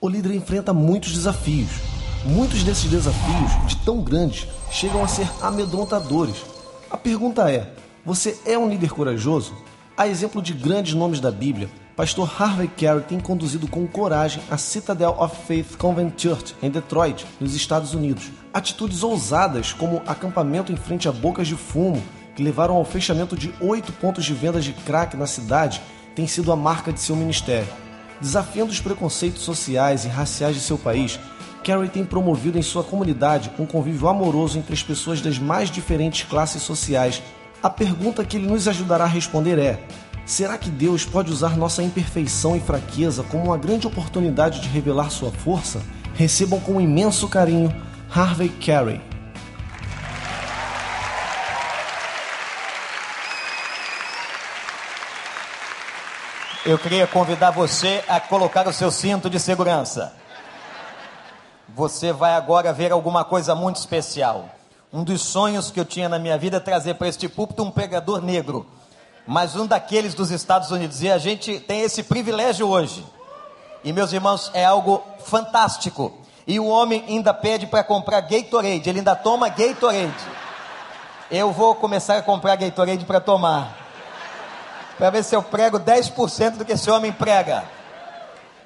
o líder enfrenta muitos desafios. Muitos desses desafios, de tão grandes, chegam a ser amedrontadores. A pergunta é: você é um líder corajoso? A exemplo de grandes nomes da Bíblia, pastor Harvey Carey tem conduzido com coragem a Citadel of Faith Convent Church em Detroit, nos Estados Unidos. Atitudes ousadas, como acampamento em frente a bocas de fumo, que levaram ao fechamento de oito pontos de vendas de crack na cidade, tem sido a marca de seu ministério. Desafiando os preconceitos sociais e raciais de seu país, Carey tem promovido em sua comunidade um convívio amoroso entre as pessoas das mais diferentes classes sociais. A pergunta que ele nos ajudará a responder é: Será que Deus pode usar nossa imperfeição e fraqueza como uma grande oportunidade de revelar sua força? Recebam com imenso carinho Harvey Carey. Eu queria convidar você a colocar o seu cinto de segurança. Você vai agora ver alguma coisa muito especial. Um dos sonhos que eu tinha na minha vida é trazer para este púlpito um pregador negro mas um daqueles dos Estados Unidos. E a gente tem esse privilégio hoje. E meus irmãos, é algo fantástico. E o homem ainda pede para comprar Gatorade, ele ainda toma Gatorade. Eu vou começar a comprar Gatorade para tomar. Para ver se eu prego 10% do que esse homem prega.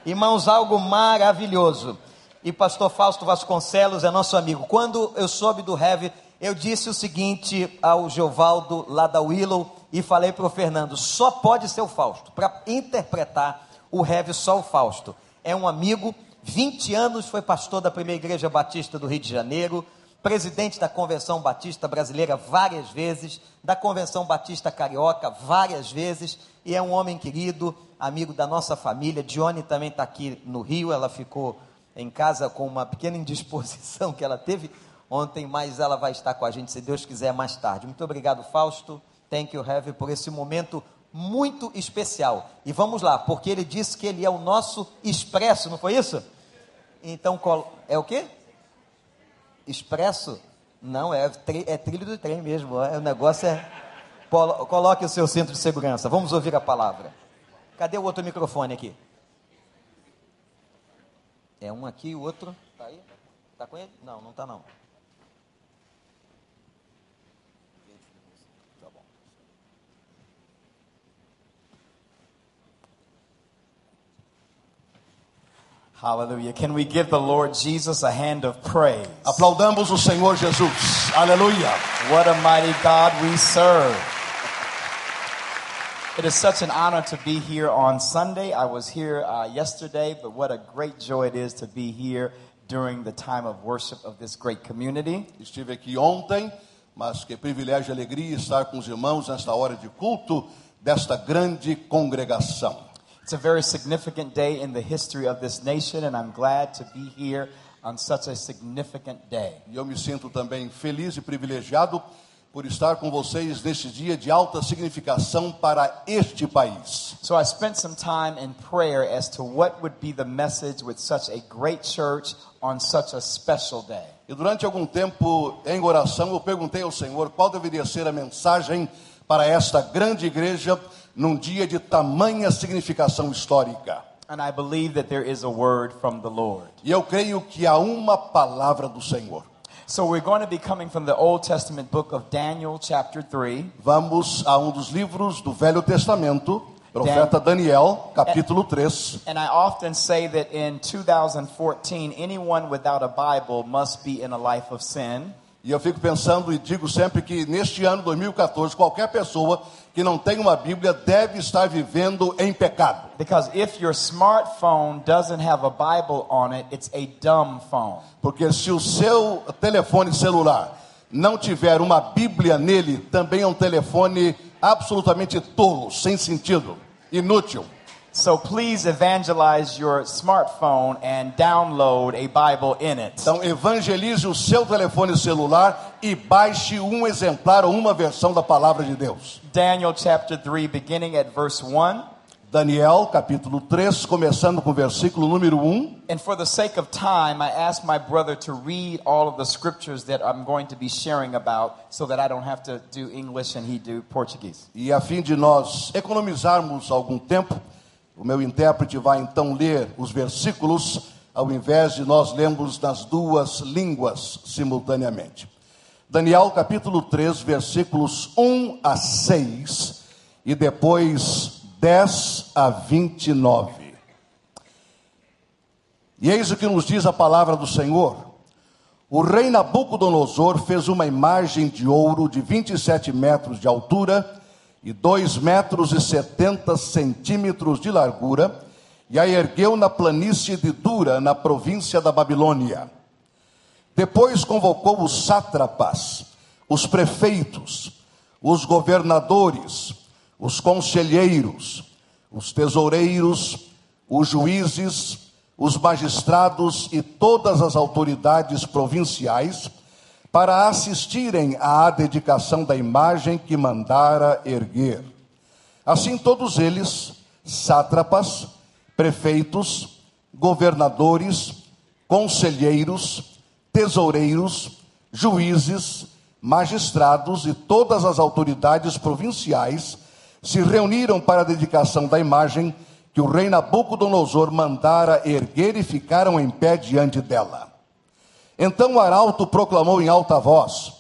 Irmãos, algo maravilhoso. E pastor Fausto Vasconcelos é nosso amigo. Quando eu soube do Heavy, eu disse o seguinte ao Geovaldo lá da Willow, e falei para o Fernando: só pode ser o Fausto. Para interpretar o Heavy, só o Fausto. É um amigo, 20 anos foi pastor da primeira igreja batista do Rio de Janeiro, presidente da Convenção Batista Brasileira várias vezes, da Convenção Batista Carioca várias vezes, e é um homem querido, amigo da nossa família. Dione também está aqui no Rio, ela ficou em casa com uma pequena indisposição que ela teve. Ontem, mas ela vai estar com a gente, se Deus quiser, mais tarde. Muito obrigado, Fausto. Thank you, Heavy, por esse momento muito especial. E vamos lá, porque ele disse que ele é o nosso expresso, não foi isso? Então, é o quê? Expresso? Não, é, é trilho do trem mesmo. É, o negócio é. Coloque o seu centro de segurança. Vamos ouvir a palavra. Cadê o outro microfone aqui? É um aqui, o outro. Tá aí? Tá com ele? Não, não tá não. Hallelujah. Can we give the Lord Jesus a hand of praise? Aplaudamos o Senhor Jesus. Aleluia. What a mighty God we serve. It is such an honor to be here on Sunday. I was here uh, yesterday, but what a great joy it is to be here during the time of worship of this great community. Estive aqui ontem, mas que privilégio e alegria estar com os irmãos nesta hora de culto desta grande congregação. It's a very significant day in the history of this nation, and I'm glad to be here on such a significant day. E eu me sinto também feliz e privilegiado por estar com vocês neste dia de alta significação para este país. So I spent some time in prayer as to what would be the message with such a great church on such a special day. E durante algum tempo em oração eu perguntei ao Senhor qual deveria ser a mensagem para esta grande igreja num dia de tamanha significação histórica. E eu creio que há uma palavra do Senhor. So we're going to be coming from the Old Testament book of Daniel chapter 3. Vamos a um dos livros do Velho Testamento, profeta Dan Daniel, capítulo 3. And I often say that in 2014 anyone without a Bible must be in a life of sin. E eu fico pensando e digo sempre que neste ano 2014 qualquer pessoa que não tem uma Bíblia deve estar vivendo em pecado. Because if your smartphone doesn't have a Bible on it, it's a dumb phone. Porque se o seu telefone celular não tiver uma Bíblia nele, também é um telefone absolutamente tolo, sem sentido, inútil. So please evangelize your smartphone and download a Bible in it. Então evangelize o seu telefone celular e baixe um exemplar ou uma versão da palavra de Deus. Daniel chapter 3 beginning at verse 1. Daniel capítulo 3 começando com o versículo número 1. And for the sake of time I ask my brother to read all of the scriptures that I'm going to be sharing about so that I don't have to do English and he do Portuguese. E a fim de nós economizarmos algum tempo o meu intérprete vai então ler os versículos ao invés de nós lermos nas duas línguas simultaneamente. Daniel capítulo 3, versículos 1 a 6 e depois 10 a 29. E eis o que nos diz a palavra do Senhor. O rei Nabucodonosor fez uma imagem de ouro de 27 metros de altura e 2 metros e 70 centímetros de largura e a ergueu na planície de Dura, na província da Babilônia. Depois convocou os sátrapas, os prefeitos, os governadores, os conselheiros, os tesoureiros, os juízes, os magistrados e todas as autoridades provinciais para assistirem à dedicação da imagem que mandara erguer. Assim, todos eles, sátrapas, prefeitos, governadores, conselheiros, tesoureiros, juízes, magistrados e todas as autoridades provinciais se reuniram para a dedicação da imagem que o rei Nabucodonosor mandara erguer e ficaram em pé diante dela. Então o arauto proclamou em alta voz: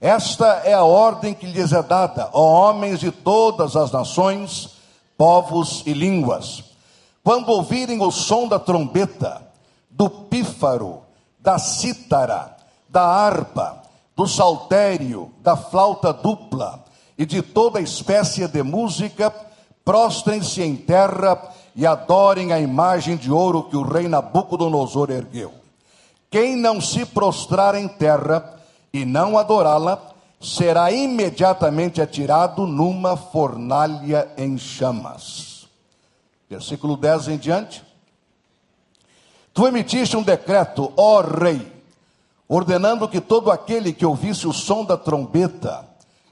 Esta é a ordem que lhes é dada, ó homens de todas as nações, povos e línguas. Quando ouvirem o som da trombeta, do pífaro, da cítara, da harpa, do saltério, da flauta dupla e de toda espécie de música, prostrem-se em terra e adorem a imagem de ouro que o rei Nabucodonosor ergueu. Quem não se prostrar em terra e não adorá-la, será imediatamente atirado numa fornalha em chamas. Versículo 10 em diante. Tu emitiste um decreto, ó rei, ordenando que todo aquele que ouvisse o som da trombeta,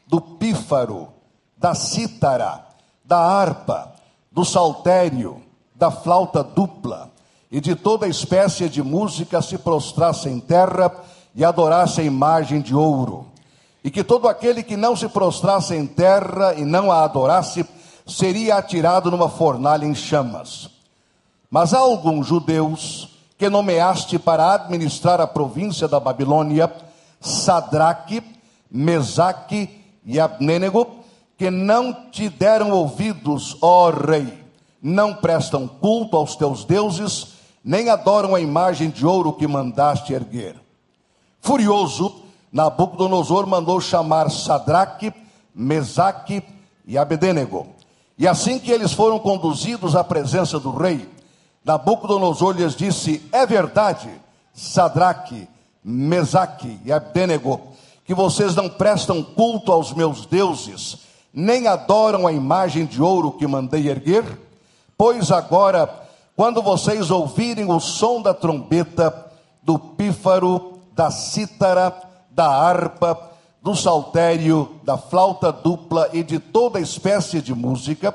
do pífaro, da cítara, da harpa, do saltério, da flauta dupla e de toda espécie de música se prostrasse em terra e adorasse a imagem de ouro. E que todo aquele que não se prostrasse em terra e não a adorasse seria atirado numa fornalha em chamas. Mas há alguns judeus que nomeaste para administrar a província da Babilônia, Sadraque, Mesaque e Abnênego, que não te deram ouvidos, ó rei, não prestam culto aos teus deuses, nem adoram a imagem de ouro que mandaste erguer. Furioso, Nabucodonosor mandou chamar Sadraque, Mesaque e Abedênego. E assim que eles foram conduzidos à presença do rei, Nabucodonosor lhes disse: É verdade, Sadraque, Mesaque e Abedênego, que vocês não prestam culto aos meus deuses, nem adoram a imagem de ouro que mandei erguer? Pois agora, quando vocês ouvirem o som da trombeta, do pífaro, da cítara, da harpa, do saltério, da flauta dupla e de toda espécie de música,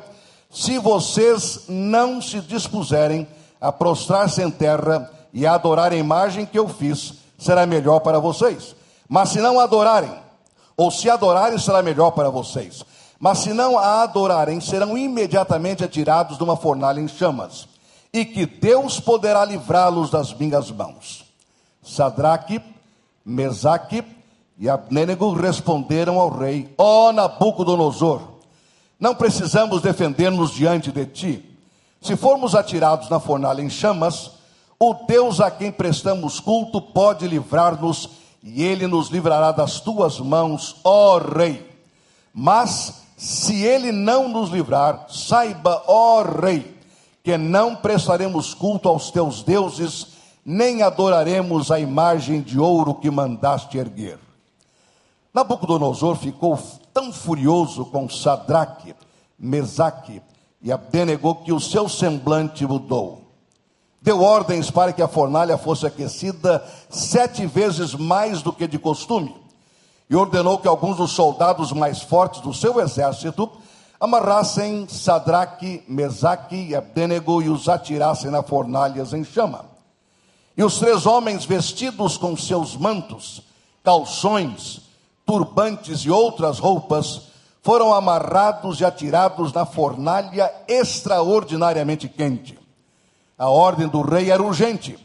se vocês não se dispuserem a prostrar-se em terra e a adorar a imagem que eu fiz, será melhor para vocês. Mas se não adorarem, ou se adorarem, será melhor para vocês mas se não a adorarem, serão imediatamente atirados de uma fornalha em chamas, e que Deus poderá livrá-los das minhas mãos. Sadraque, Mesaque e Abnênego responderam ao rei: Ó oh, Nabucodonosor, não precisamos defender-nos diante de ti. Se formos atirados na fornalha em chamas, o Deus a quem prestamos culto pode livrar-nos, e ele nos livrará das tuas mãos, ó rei. Mas se ele não nos livrar, saiba, ó Rei, que não prestaremos culto aos teus deuses, nem adoraremos a imagem de ouro que mandaste erguer. Nabucodonosor ficou tão furioso com Sadraque, Mesaque e Abdenego que o seu semblante mudou. Deu ordens para que a fornalha fosse aquecida sete vezes mais do que de costume e ordenou que alguns dos soldados mais fortes do seu exército amarrassem Sadraque, Mesaque e Abdenego e os atirassem na fornalhas em chama. E os três homens vestidos com seus mantos, calções, turbantes e outras roupas foram amarrados e atirados na fornalha extraordinariamente quente. A ordem do rei era urgente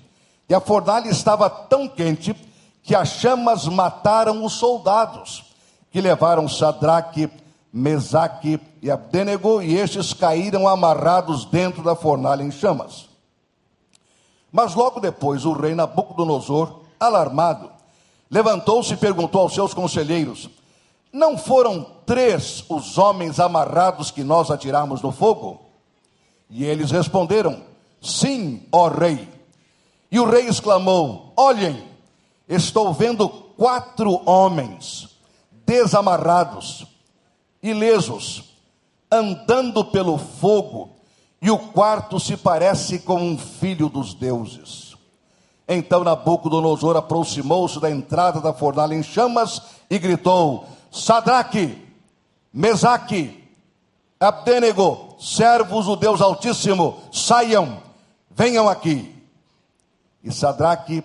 E a fornalha estava tão quente que as chamas mataram os soldados que levaram Sadraque, Mesaque e Abdenego, e estes caíram amarrados dentro da fornalha em chamas. Mas logo depois o rei Nabucodonosor, alarmado, levantou-se e perguntou aos seus conselheiros: Não foram três os homens amarrados que nós atiramos no fogo? E eles responderam: Sim, ó rei. E o rei exclamou: Olhem, estou vendo quatro homens desamarrados, ilesos, andando pelo fogo, e o quarto se parece com um filho dos deuses. Então Nabucodonosor aproximou-se da entrada da fornalha em chamas e gritou: Sadraque, Mesaque, Abdênego, servos do Deus Altíssimo, saiam, venham aqui. E Sadraque,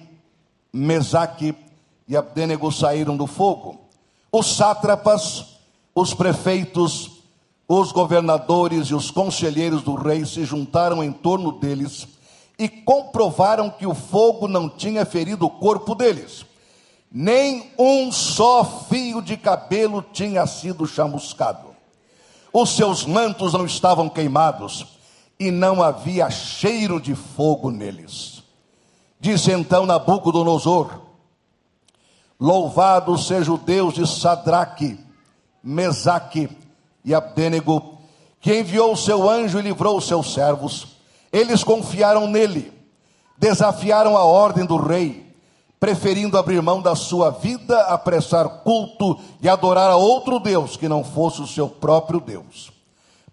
Mesaque e Abdênego saíram do fogo. Os sátrapas, os prefeitos, os governadores e os conselheiros do rei se juntaram em torno deles e comprovaram que o fogo não tinha ferido o corpo deles. Nem um só fio de cabelo tinha sido chamuscado os seus mantos não estavam queimados e não havia cheiro de fogo neles. Disse então Nabucodonosor: Louvado seja o Deus de Sadraque, Mesaque e Abdênego, que enviou o seu anjo e livrou os seus servos. Eles confiaram nele, desafiaram a ordem do rei, preferindo abrir mão da sua vida a prestar culto e adorar a outro Deus que não fosse o seu próprio Deus.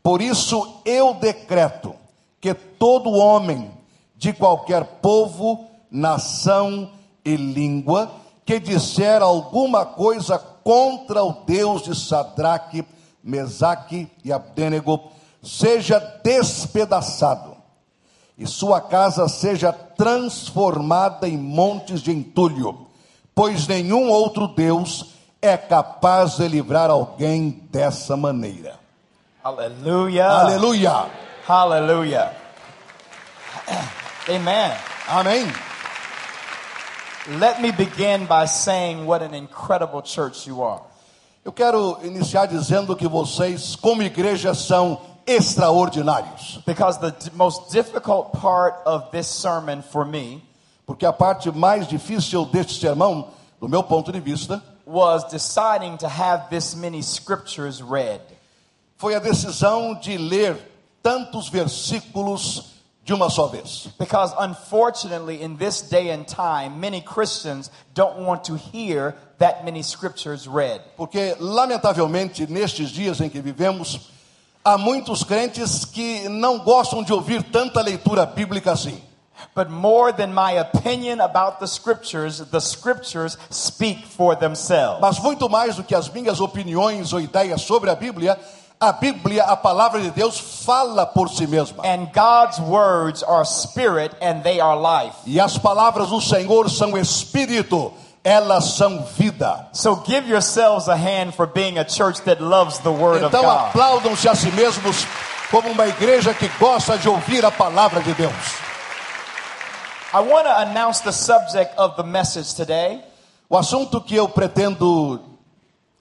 Por isso eu decreto que todo homem de qualquer povo, nação e língua que disser alguma coisa contra o Deus de Sadraque, Mesaque e Abdênego seja despedaçado e sua casa seja transformada em montes de entulho, pois nenhum outro Deus é capaz de livrar alguém dessa maneira. Hallelujah. Aleluia! Hallelujah. Amen. Amém! Let me begin by saying what an incredible church you are. Eu quero iniciar dizendo que vocês, como igreja, são extraordinários, Because the d- most difficult part of this sermon for me porque a parte mais difícil deste sermão, do meu ponto de vista, was deciding to have this many scriptures read. foi a decisão de ler tantos versículos de uma só vez. Because unfortunately, in this day and time, many Christians don't want to hear that many scriptures read. Porque, lamentavelmente, nestes dias em que vivemos, há muitos crentes que não gostam de ouvir tanta leitura bíblica assim. But more than my opinion about the scriptures, the scriptures speak for themselves. Mas muito mais do que as minhas opiniões ou ideias sobre a Bíblia, a Bíblia, a palavra de Deus, fala por si mesma. And God's words are spirit and they are life. E as palavras do Senhor são espírito, elas são vida. So give yourselves a hand for being a church that loves the word of Então God. aplaudam-se a si mesmos como uma igreja que gosta de ouvir a palavra de Deus. I want to announce the subject of the message today, O assunto que eu pretendo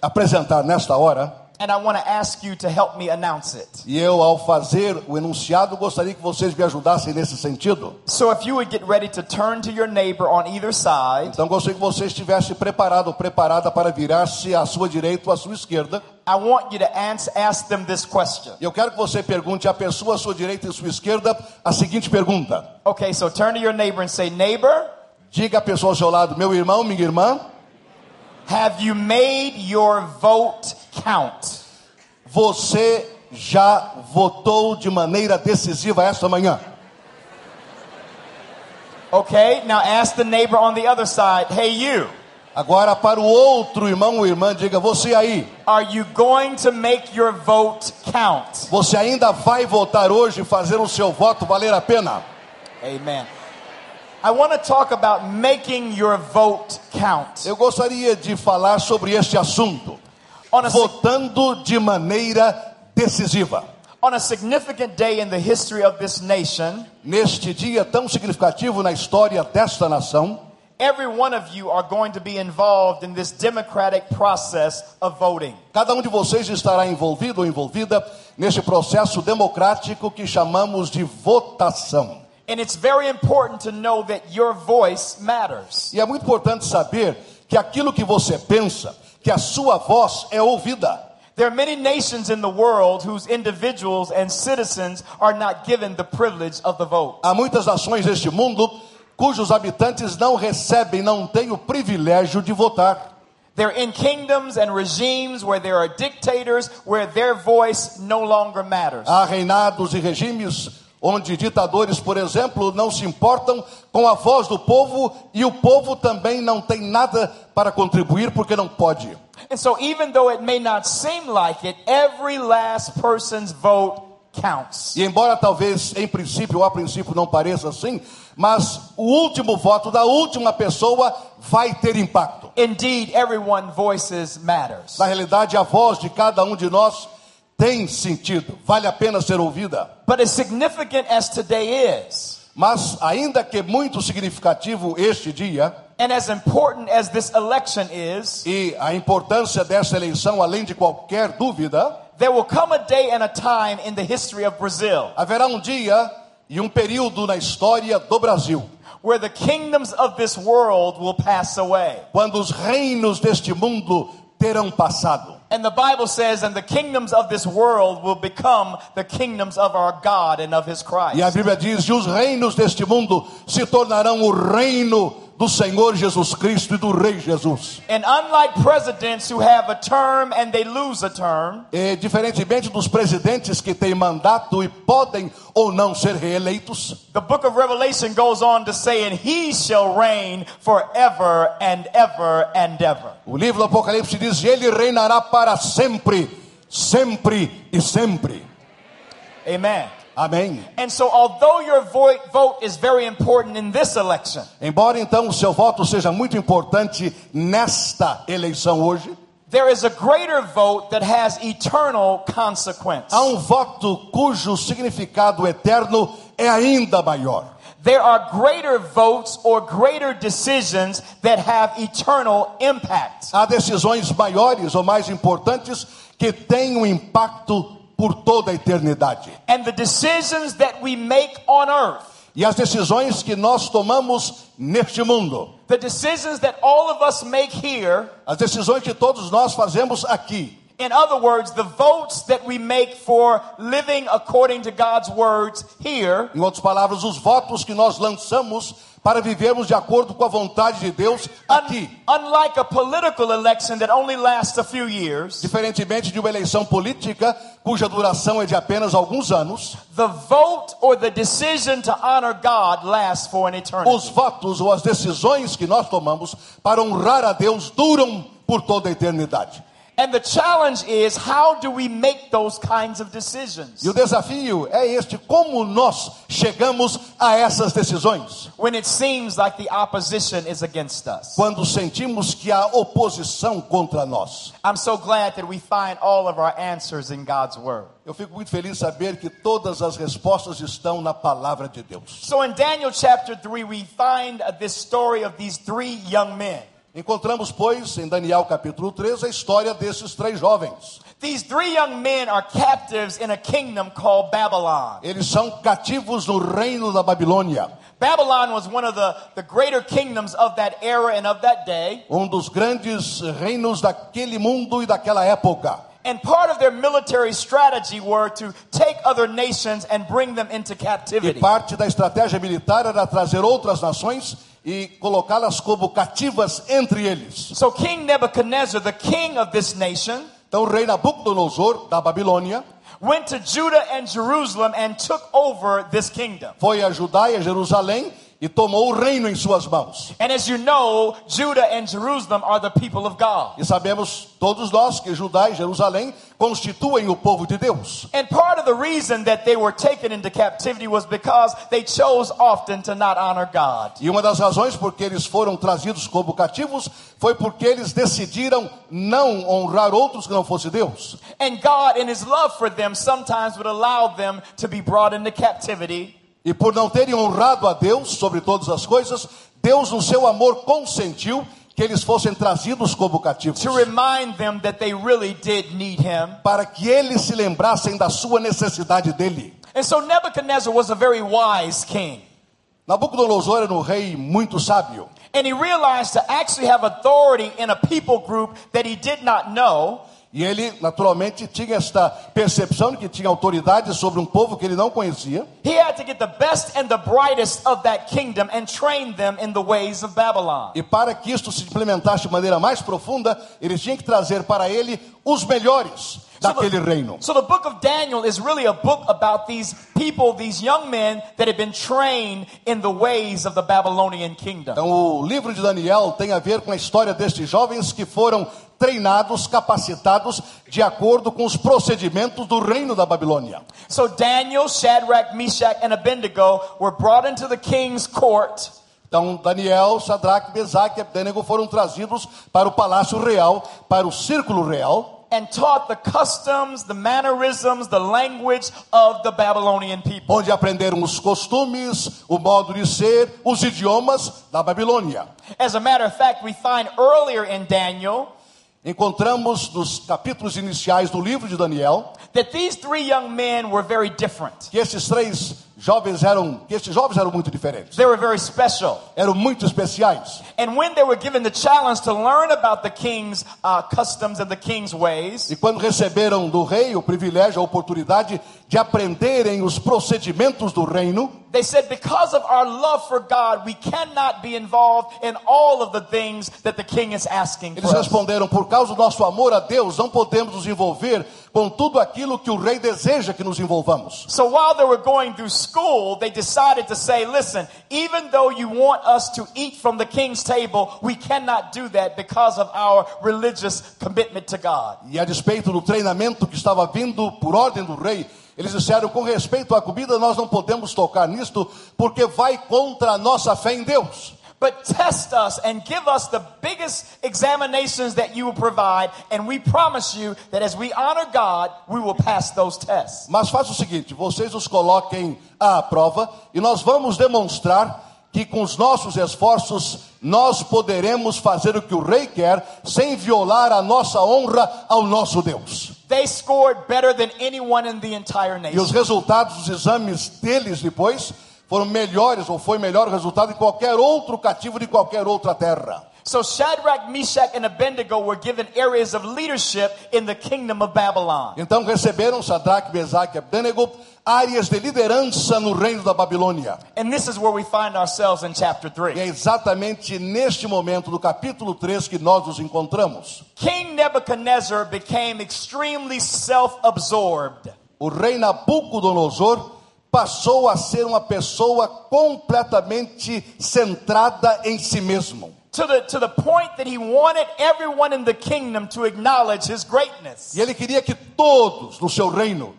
apresentar nesta hora, and I want to ask you to help me announce it. e eu, ao fazer o enunciado, gostaria que vocês me ajudassem nesse sentido. So if you would get ready to turn to your neighbor on either side, Então, gostaria que você estivesse preparado ou preparada para virar-se à sua direita ou à sua esquerda. I want you to ans- ask them this question. E eu quero que você pergunte à pessoa à sua direita e à sua esquerda a seguinte pergunta: Okay, so turn to your neighbor and say, Neighbor, Diga à pessoa ao seu lado, meu irmão, minha irmã, have you made your vote count? você já votou de maneira decisiva esta manhã? Okay, now ask the neighbor on the other side, Hey, you, Agora, para o outro irmão ou irmã, diga: Você aí, are you going to make your vote count? Você ainda vai votar hoje e fazer o seu voto valer a pena? Amen. I want to talk about making your vote count. Eu gostaria de falar sobre este assunto, On a, votando de maneira decisiva. On a significant day in the history of this nation, Neste dia tão significativo na história desta nação, every one of you are going to be involved in this democratic process of voting. cada um de vocês estará envolvido ou envolvida neste processo democrático que chamamos de votação. And it's very important to know that your voice matters. E é muito importante saber que aquilo que você pensa, que a sua voz é ouvida. There are many nations in the world whose individuals and citizens are not given the privilege of the vote. Há muitas nações deste mundo cujos habitantes não recebem, não têm o privilégio de votar. They're in kingdoms and regimes where there are dictators where their voice no longer matters. Há reinados e regimes onde ditadores, por exemplo, não se importam com a voz do povo e o povo também não tem nada para contribuir porque não pode. And so, even though it may not seem like it, every last person's vote counts. E embora talvez em princípio ou a princípio não pareça assim, mas o último voto da última pessoa vai ter impacto. Indeed, everyone voices matters. Na realidade, a voz de cada um de nós tem sentido, vale a pena ser ouvida. But as significant as today is, Mas, ainda que muito significativo este dia, and as important as this election is, e a importância dessa eleição, além de qualquer dúvida, there will come a day and a time in the history of Brazil haverá um dia e um período na história do Brasil, where the kingdoms of this world will pass away. quando os reinos deste mundo terão passado. And the Bible says, and the kingdoms of this world will become the kingdoms of our God and of his Christ. E a Bíblia diz: e os reinos deste mundo se tornarão o reino do Senhor Jesus Cristo e do Rei Jesus. And unlike presidents who have a term and they lose a term, E, diferentemente dos presidentes que têm mandato e podem ou não ser reeleitos, the book of Revelation goes on to say, and he shall reign forever and ever and ever. o livro do Apocalipse diz: e ele reinará para sempre, sempre e sempre. Amen. Amém. And so, although your vo- vote is very important in this election, Embora então o seu voto seja muito importante nesta eleição hoje, there is a greater vote that has eternal consequence. há um voto cujo significado eterno é ainda maior. There are greater votes or greater decisions that have eternal impact. Há decisões maiores ou mais importantes que têm um impacto por toda a eternidade. And the decisions that we make on earth, E as decisões que nós tomamos neste mundo, the decisions that all of us make here, as decisões que todos nós fazemos aqui, in other words, the votes that we make for living according to God's words here, em outras palavras, os votos que nós lançamos para vivermos de acordo com a vontade de Deus un- aqui, unlike a political election that only lasts a few years, diferentemente de uma eleição política cuja duração é de apenas alguns anos, the vote or the decision to honor God lasts for an eternity. os votos ou as decisões que nós tomamos para honrar a Deus duram por toda a eternidade. And the challenge is how do we make those kinds of decisions? E o desafio é este: como nós chegamos a essas decisões? when it seems like the opposition is against us. Quando sentimos que há oposição contra nós. I'm so glad that we find all of our answers in God's Word. Eu fico muito feliz de saber que todas as respostas estão na palavra de Deus. So in Daniel chapter 3, we find uh, this story of these three young men. Encontramos, pois, em Daniel capítulo 3, a história desses três jovens. These three young men are captives in a kingdom called Babylon. Eles são cativos no reino da Babilônia, Babylon was one of the, the greater kingdoms of that era and of that day. um dos grandes reinos daquele mundo e daquela época. And part of their military strategy were to take other nations and bring them into E captivity. parte da estratégia militar era trazer outras nações e colocá-las como cativas entre eles. So King Nebuchadnezzar, the king of this nation, Então o rei Nabucodonosor, da Babilônia, went to Judah and Jerusalem and took over this kingdom. foi a Judá e a Jerusalém e tomou o reino em suas mãos. And as you know, Judah and Jerusalem are the people of God. E sabemos todos nós que Judá e Jerusalém constituem o povo de Deus. And part of the reason that they were taken into captivity was because they chose often to not honor God. E uma das razões por que eles foram trazidos como cativos foi porque eles decidiram não honrar outros que não fosse Deus. And God, in His love for them, sometimes would allow them to be brought into captivity. E por não terem honrado a Deus sobre todas as coisas, Deus, no seu amor, consentiu que eles fossem trazidos como cativos. To remind them that they really did need him. Para que eles se lembrassem da sua necessidade dele. And so Nebuchadnezzar was a very wise king. Nabucodonosor era um rei muito sábio. And he realized to actually have authority in a people group that he did not know E ele, naturalmente, tinha esta percepção de que tinha autoridade sobre um povo que ele não conhecia. He had to get the best and the brightest of that kingdom and train them in the ways of Babylon. E para que isto se implementasse de maneira mais profunda, ele tinha que trazer para ele os melhores daquele the, reino. so the book of Daniel is really a book about these people, these young men that had been trained in the ways of the Babylonian kingdom. Então, o livro de Daniel tem a ver com a história destes jovens que foram treinados, capacitados de acordo com os procedimentos do reino da Babilônia. So Daniel, Shadrach, Meshach, and Abednego were brought into the king's court. Então, Daniel, Sadraque, Mesaque e Abdenego foram trazidos para o palácio real, para o círculo real, And taught the customs, the mannerisms, the language of the Babylonian people. onde aprenderam os costumes, o modo de ser, os idiomas da Babilônia. As a matter of fact, we find earlier in Daniel Encontramos nos capítulos iniciais do livro de Daniel that these three young men were very different. que esses três jovens eram, que estes jovens eram muito diferentes, They were very special. eram muito especiais. And when they were given the challenge to learn about the king's uh, customs and the king's ways, E quando receberam do rei o privilégio, a oportunidade de aprenderem os procedimentos do reino, they said, Because of our love for God, we cannot be involved in all of the things that the king is asking for. eles us." responderam: por causa do nosso amor a Deus, não podemos nos envolver com tudo aquilo que o rei deseja que nos envolvamos. So while they were going through school, they decided to say, Listen, even though you want us to eat from the king's table, we cannot do that because of our religious commitment to God. E a despeito do treinamento que estava vindo por ordem do rei, eles disseram: com respeito à comida, nós não podemos tocar nisto, porque vai contra a nossa fé em Deus. But test us and give us the biggest examinations that you will provide, and we promise you that as we honor God, we will pass those tests. Mas faça o seguinte: vocês os coloquem à prova e nós vamos demonstrar que com os nossos esforços nós poderemos fazer o que o rei quer sem violar a nossa honra ao nosso Deus. They scored better than anyone in the entire E os nation. resultados dos exames deles depois foram melhores ou foi melhor o resultado de qualquer outro cativo de qualquer outra terra. So Shadrach, Meshach, and Abednego were given areas of leadership in the kingdom of Babylon. Então receberam Sadraque, Mesaque e Abdenego áreas de liderança no reino da Babilônia. And this is where we find ourselves in chapter E é 3. exatamente neste momento do capítulo 3 que nós nos encontramos. King Nebuchadnezzar became extremely self absorbed. O rei Nabucodonosor passou a ser uma pessoa completamente centrada em si mesmo. to the, to the point that he wanted everyone in the kingdom to acknowledge his greatness. E ele queria que todos no seu reino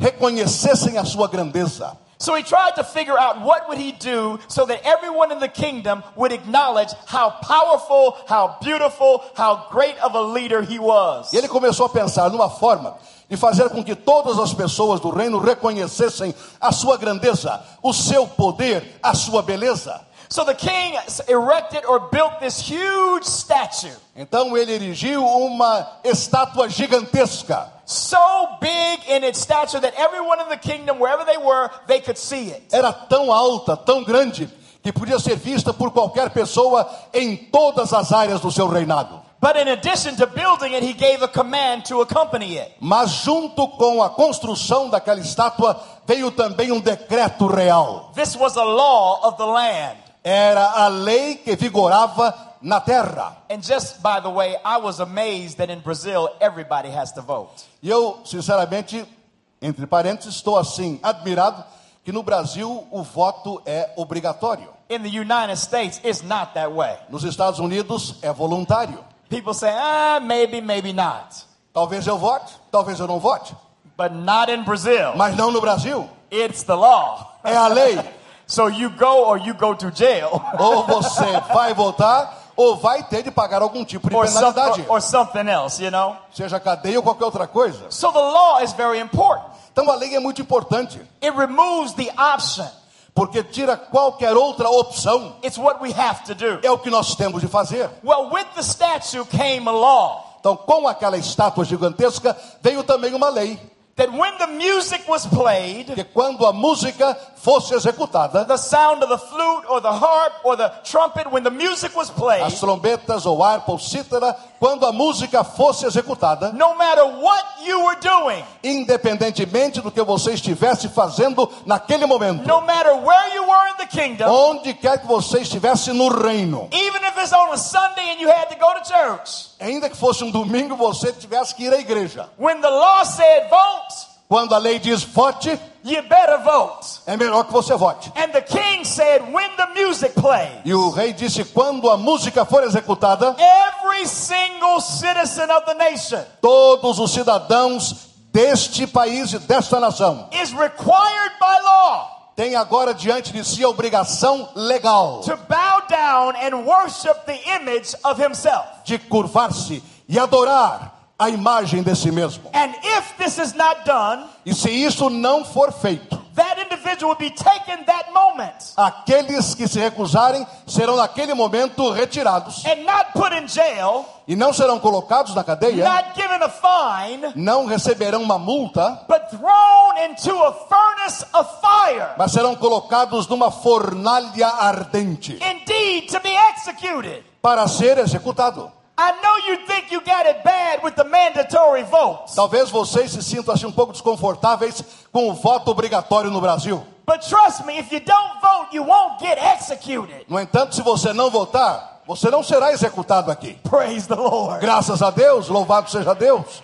reconhecessem a sua grandeza. So he tried to figure out what would he do so that everyone in the kingdom would acknowledge how powerful, how beautiful, how great of a leader he was. E ele começou a pensar numa forma de fazer com que todas as pessoas do reino reconhecessem a sua grandeza, o seu poder, a sua beleza. So the king erected or built this huge statue, Então ele erigiu uma estátua gigantesca. so big in its stature that everyone in the kingdom, wherever they were, they could see it. era tão alta, tão grande, que podia ser vista por qualquer pessoa em todas as áreas do seu reinado. But in addition to building it, he gave a command to accompany it. Mas junto com a construção daquela estátua veio também um decreto real. This was a law of the land. Era a lei que vigorava na terra. And just by the way, I was amazed that in Brazil everybody has to vote. E eu, sinceramente, entre parênteses, estou assim admirado que no Brasil o voto é obrigatório. In the United States, it's not that way. Nos Estados Unidos é voluntário. People say, ah, maybe, maybe not. Talvez eu vote, talvez eu não vote, But not in Brazil. mas não no Brasil. It's the law. É a lei. So you go or you go to jail Ou você vai votar ou vai ter de pagar algum tipo de or, some, penalidade, or something else, you know? seja cadeia ou qualquer outra coisa. So the law is very important. Então a lei é muito importante, It removes the option. porque tira qualquer outra opção. It's what we have to do. É o que nós temos de fazer. Well, with the statue came a law Então, com aquela estátua gigantesca, veio também uma lei. that when the music was played, Que quando a música fosse executada, the sound of the flute or the harp or the trumpet, when the music was played, as trombetas ou harpa ou cítara, quando a música fosse executada, no matter what you were doing, independentemente do que você estivesse fazendo naquele momento, no matter where you were in the kingdom, onde quer que você estivesse no reino, even if it's on a Sunday and you had to go to church, ainda que fosse um domingo, você tivesse que ir à igreja. when the law said vote, Quando a lei diz vote, you better vote. é melhor que você vote. And the king said, when the music played, E o rei disse: quando a música for executada, every single citizen of the nation todos os cidadãos deste país e desta nação is required by law têm agora diante de si a obrigação legal to bow down and worship the image of himself. de curvar-se e adorar a imagem de si mesmo. And if this is not done, E se isso não for feito, that individual will be taken that moment aqueles que se recusarem serão naquele momento retirados and not put in jail, e não serão colocados na cadeia, not given a fine, não receberão uma multa, but thrown into a furnace of fire, mas serão colocados numa fornalha ardente indeed to be executed. para ser executado. I know you think you got it bad with the mandatory votes, Talvez vocês se sintam assim um pouco desconfortáveis com o voto obrigatório no Brasil. but trust me, if you don't vote, you won't get executed. No entanto, se você não votar, você não será executado aqui. Praise the Lord. Graças a Deus, louvado seja Deus.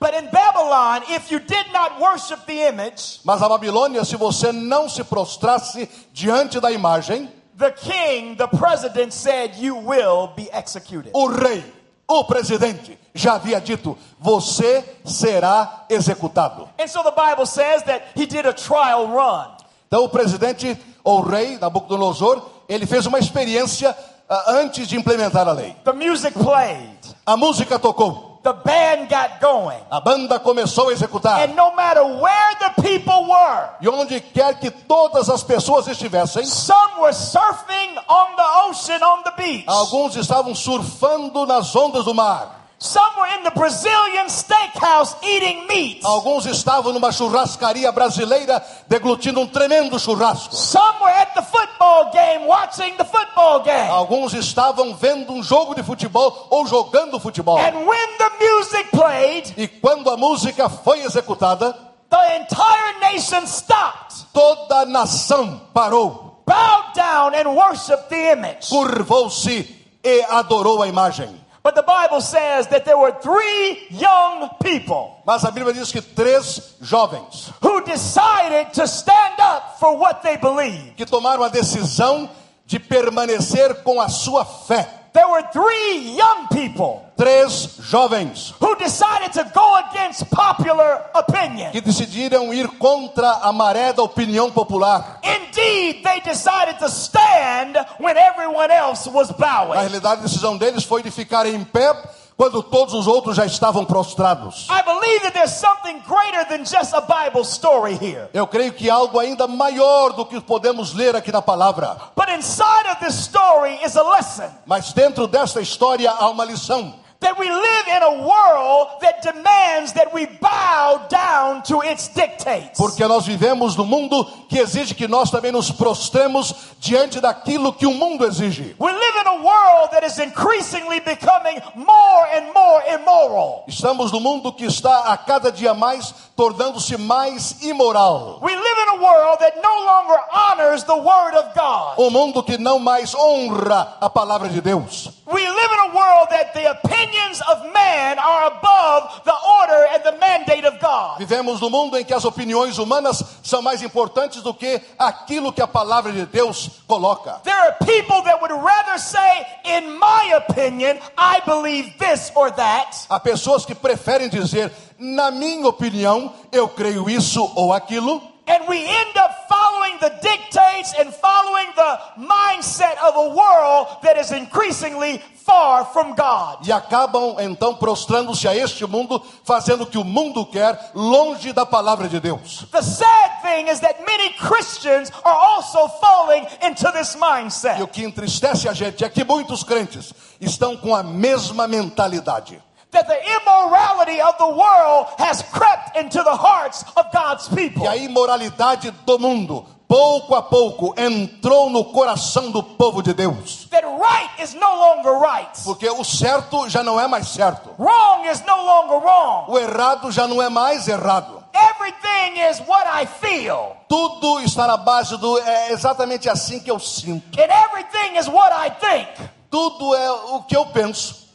But in Babylon, if you did not worship the image, Mas a Babilônia, se você não se prostrasse diante da imagem, the king, the president said, You will be executed. o rei, o presidente, já havia dito: você será executado. And so the Bible says that he did a trial run. Então, o presidente ou o rei Nabucodonosor, ele fez uma experiência ah, antes de implementar a lei. The music played, A música tocou, the band got going. a banda começou a executar. And no matter where the people were, E onde quer que todas as pessoas estivessem, some were surfing on the ocean on the beach, alguns estavam surfando nas ondas do mar, some were in the Brazilian steakhouse eating meat, alguns estavam numa churrascaria brasileira deglutindo um tremendo churrasco. some were at the football game watching the football game. Alguns estavam vendo um jogo de futebol ou jogando futebol. And when the music played, E quando a música foi executada, the entire nation stopped, toda a nação parou, bowed down, and worshiped the image. curvou-se e adorou a imagem. But the Bible says that there were three young people Mas a Bíblia diz que três jovens who decided to stand up for what they believed. que tomaram a decisão de permanecer com a sua fé. There were three young people Três jovens who decided to go against popular que opinion. decidiram ir contra a maré da opinião popular. Indeed, they decided to stand when everyone else was Na bowing. realidade, a decisão deles foi de ficar em pé quando todos os outros já estavam prostrados. I believe that there's something greater than just a Bible story here. Eu creio que algo ainda maior do que podemos ler aqui na palavra. But inside of this story is a lesson Mas dentro desta história há uma lição. that we live in a world that demands that we bow down to its dictates. Porque nós vivemos num mundo que exige que nós também nos prostremos diante daquilo que o mundo exige. We live in a world that is increasingly becoming more and more immoral. Estamos num mundo que está a cada dia mais tornando-se mais imoral. We live in a world that no longer honors the Word of God. Um mundo que não mais honra a palavra de Deus. We live live in a world that the opinions of man are above the order and the mandate of God. Vivemos num mundo em que as opiniões humanas são mais importantes do que aquilo que a palavra de Deus coloca. There are people that would rather say, in my opinion, I believe this or that, Há pessoas que preferem dizer, na minha opinião, eu creio isso ou aquilo, and we end up following the dictates and following the mindset of a world that is increasingly far from God. e acabam então prostrando-se a este mundo, fazendo o que o mundo quer, longe da palavra de Deus. The sad thing is that many Christians are also falling into this mindset. E o que entristece a gente é que muitos crentes estão com a mesma mentalidade. that the immorality of the world has crept into the hearts of God's people. E a imoralidade do mundo, pouco a pouco, entrou no coração do povo de Deus. That right is no longer right. Porque o certo já não é mais certo. Wrong is no longer wrong. O errado já não é mais errado. Everything is what I feel. Tudo está na base do é exatamente assim que eu sinto. And everything is what I think. Tudo é o que eu penso.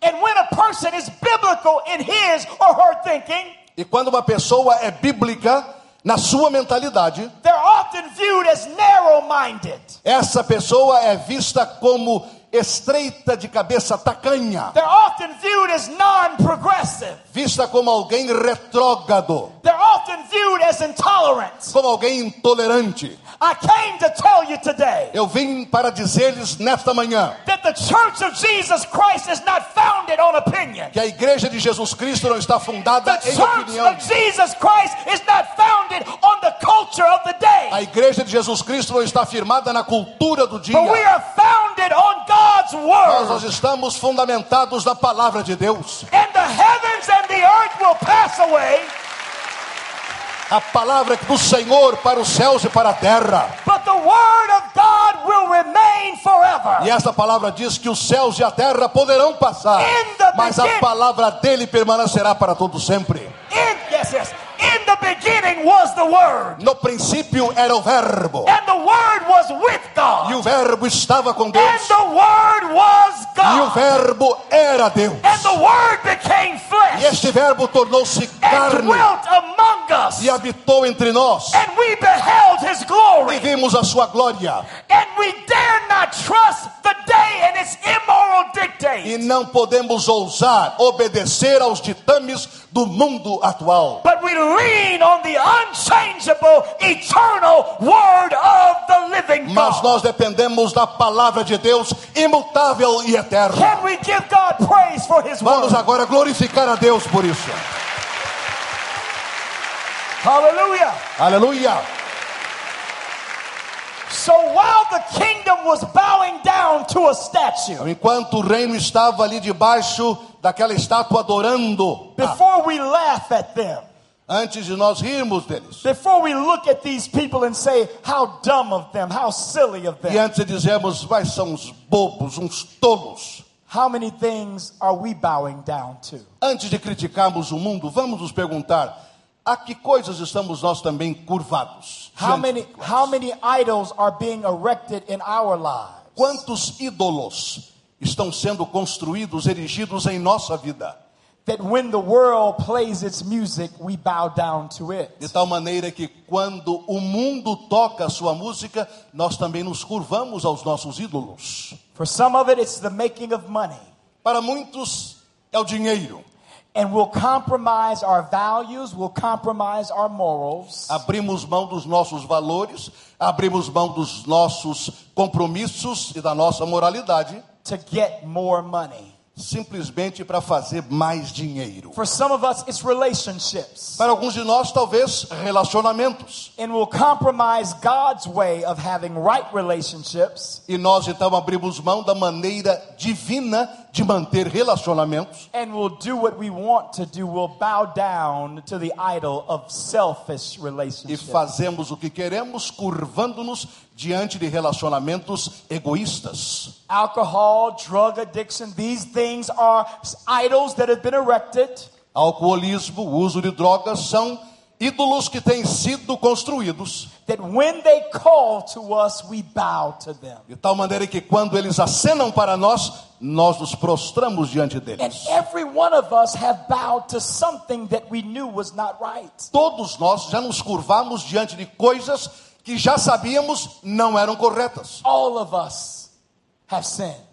And when a person is biblical in his or her thinking, E quando uma pessoa é bíblica na sua mentalidade, they're often viewed as narrow minded. essa pessoa é vista como estreita de cabeça, tacanha. They're often viewed as non progressive. vista como alguém retrógrado, They're often viewed as intolerant. como alguém intolerante. I came to tell you today Eu vim para dizer-lhes nesta manhã that the church of Jesus Christ is not founded on opinion. que a igreja de Jesus Cristo não está fundada The em church opinião. of Jesus Christ is not founded on the culture of the A day, igreja de Jesus Cristo não está firmada na cultura do dia. but we are founded on God's Nós, nós word. estamos fundamentados na palavra de Deus. And the heavens and the earth will pass away, A palavra do Senhor para os céus e para a terra. but the word of God will remain E forever. esta palavra diz que os céus e a terra poderão passar, In the mas a beginning- palavra dele permanecerá para todo sempre. In yes, yes, in the beginning was the word, No princípio era o verbo, and the word was with e o God, verbo estava com and Deus. the word was E o God, verbo era Deus. and the word became E flesh este verbo tornou-se and carne dwelt among us. e habitou entre nós. And we beheld his glory. E vimos a sua glória. And we dare not trust the day and its immoral E dictates. não podemos ousar obedecer aos ditames do mundo atual. But we lean on the unchangeable, eternal word of the living Mas God. nós dependemos da palavra de Deus, imutável e eterna. Can we give God praise for his Vamos word? agora glorificar a Deus por isso. Hallelujah. Aleluia! So while the kingdom was bowing down to a statue, Então, Enquanto o reino estava ali debaixo daquela estátua adorando, ah, before we laugh at them, antes de nós rirmos deles, before we look at these people and say, how dumb of them, how silly of E them, antes dizemos, mas são uns bobos, uns tolos. how many things are we bowing down to? Antes de criticarmos o mundo, vamos nos perguntar: a que coisas estamos nós também curvados? How Gente, many, how many idols are being erected in our lives? Quantos ídolos estão sendo construídos, erigidos em nossa vida? That when the world plays its music, we bow down to it. De tal maneira que quando o mundo toca a sua música, nós também nos curvamos aos nossos ídolos. For some of it, it's the making of money. Para muitos é o dinheiro. And we'll compromise our values, we'll compromise our morals, Abrimos mão dos nossos valores, abrimos mão dos nossos compromissos e da nossa moralidade, to get more money. simplesmente para fazer mais dinheiro. For some of us, it's relationships. Para alguns de nós, talvez relacionamentos. And we'll compromise God's way of having right relationships, E nós então abrimos mão da maneira divina de manter relacionamentos and we'll do what we want to do. We'll bow down to the idol of selfish e relationships. fazemos o que queremos, curvando-nos diante de relacionamentos egoístas. Alcohol, drug addiction, these things are idols that have been erected Alcoolismo, uso de drogas são ídolos que têm sido construídos that when they call to us, we bow to them. De tal maneira que quando eles acenam para nós, nós nos prostramos diante And deles. every one of us have bowed to something that we knew was not right. Todos nós já nos curvamos diante de coisas que já sabíamos não eram corretas. All of us have sinned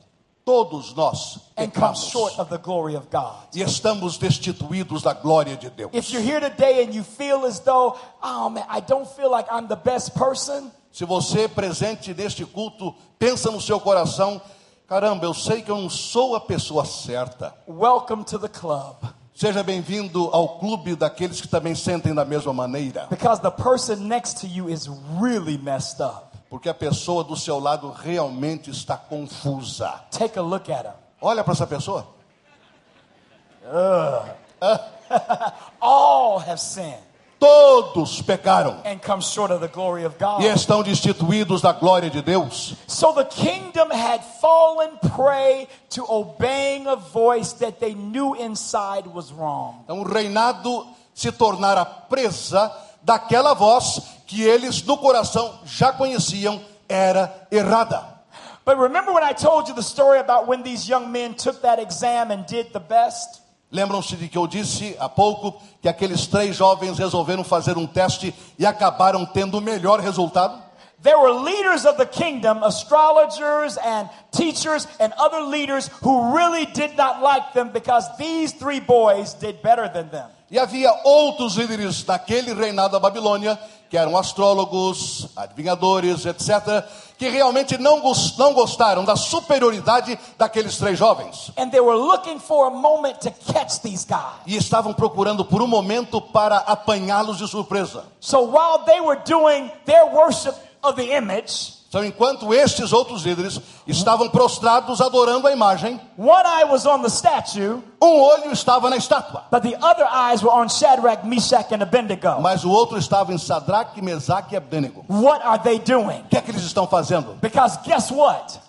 Todos nós and come pecamos short of the glory of God. e estamos destituídos da glória de Deus. If you're here today and you feel as though, oh man, I don't feel like I'm the best person, Se você é presente neste culto pensa no seu coração, caramba, eu sei que eu não sou a pessoa certa. welcome to the club. Seja bem-vindo ao clube daqueles que também sentem da mesma maneira, Because the person next to you is really messed up. porque a pessoa do seu lado realmente está confusa. Take a look at them. Olha para essa pessoa. All have sinned Todos pecaram and come short of the glory of God. e estão destituídos da glória de Deus. So the kingdom had fallen prey to obeying a voice that they knew inside was wrong. Então o reinado se tornara presa daquela voz que eles no coração já conheciam era errada. But remember when I told you the story about when these young men took that exam and did the best? Lembram-se de que eu disse há pouco que aqueles três jovens resolveram fazer um teste e acabaram tendo o melhor resultado? There were leaders of the kingdom, astrologers and teachers and other leaders who really did not like them because these three boys did better than them. E havia outros líderes daquele reinado da Babilônia, que eram astrólogos, adivinhadores, etc., que realmente não, gos- não gostaram da superioridade daqueles três jovens. And they were looking for a moment to catch these guys. E estavam procurando por um momento para apanhá-los de surpresa. So while they were doing their worship of the image, Então, enquanto estes outros líderes estavam prostrados adorando a imagem, one eye was on the statue, um olho estava na estátua, but the other eyes were on Shadrach, Meshach, and Abednego. mas o outro estava em Sadraque, Mesaque e Abdênego. What are they doing? O que é que eles estão fazendo? Because guess what?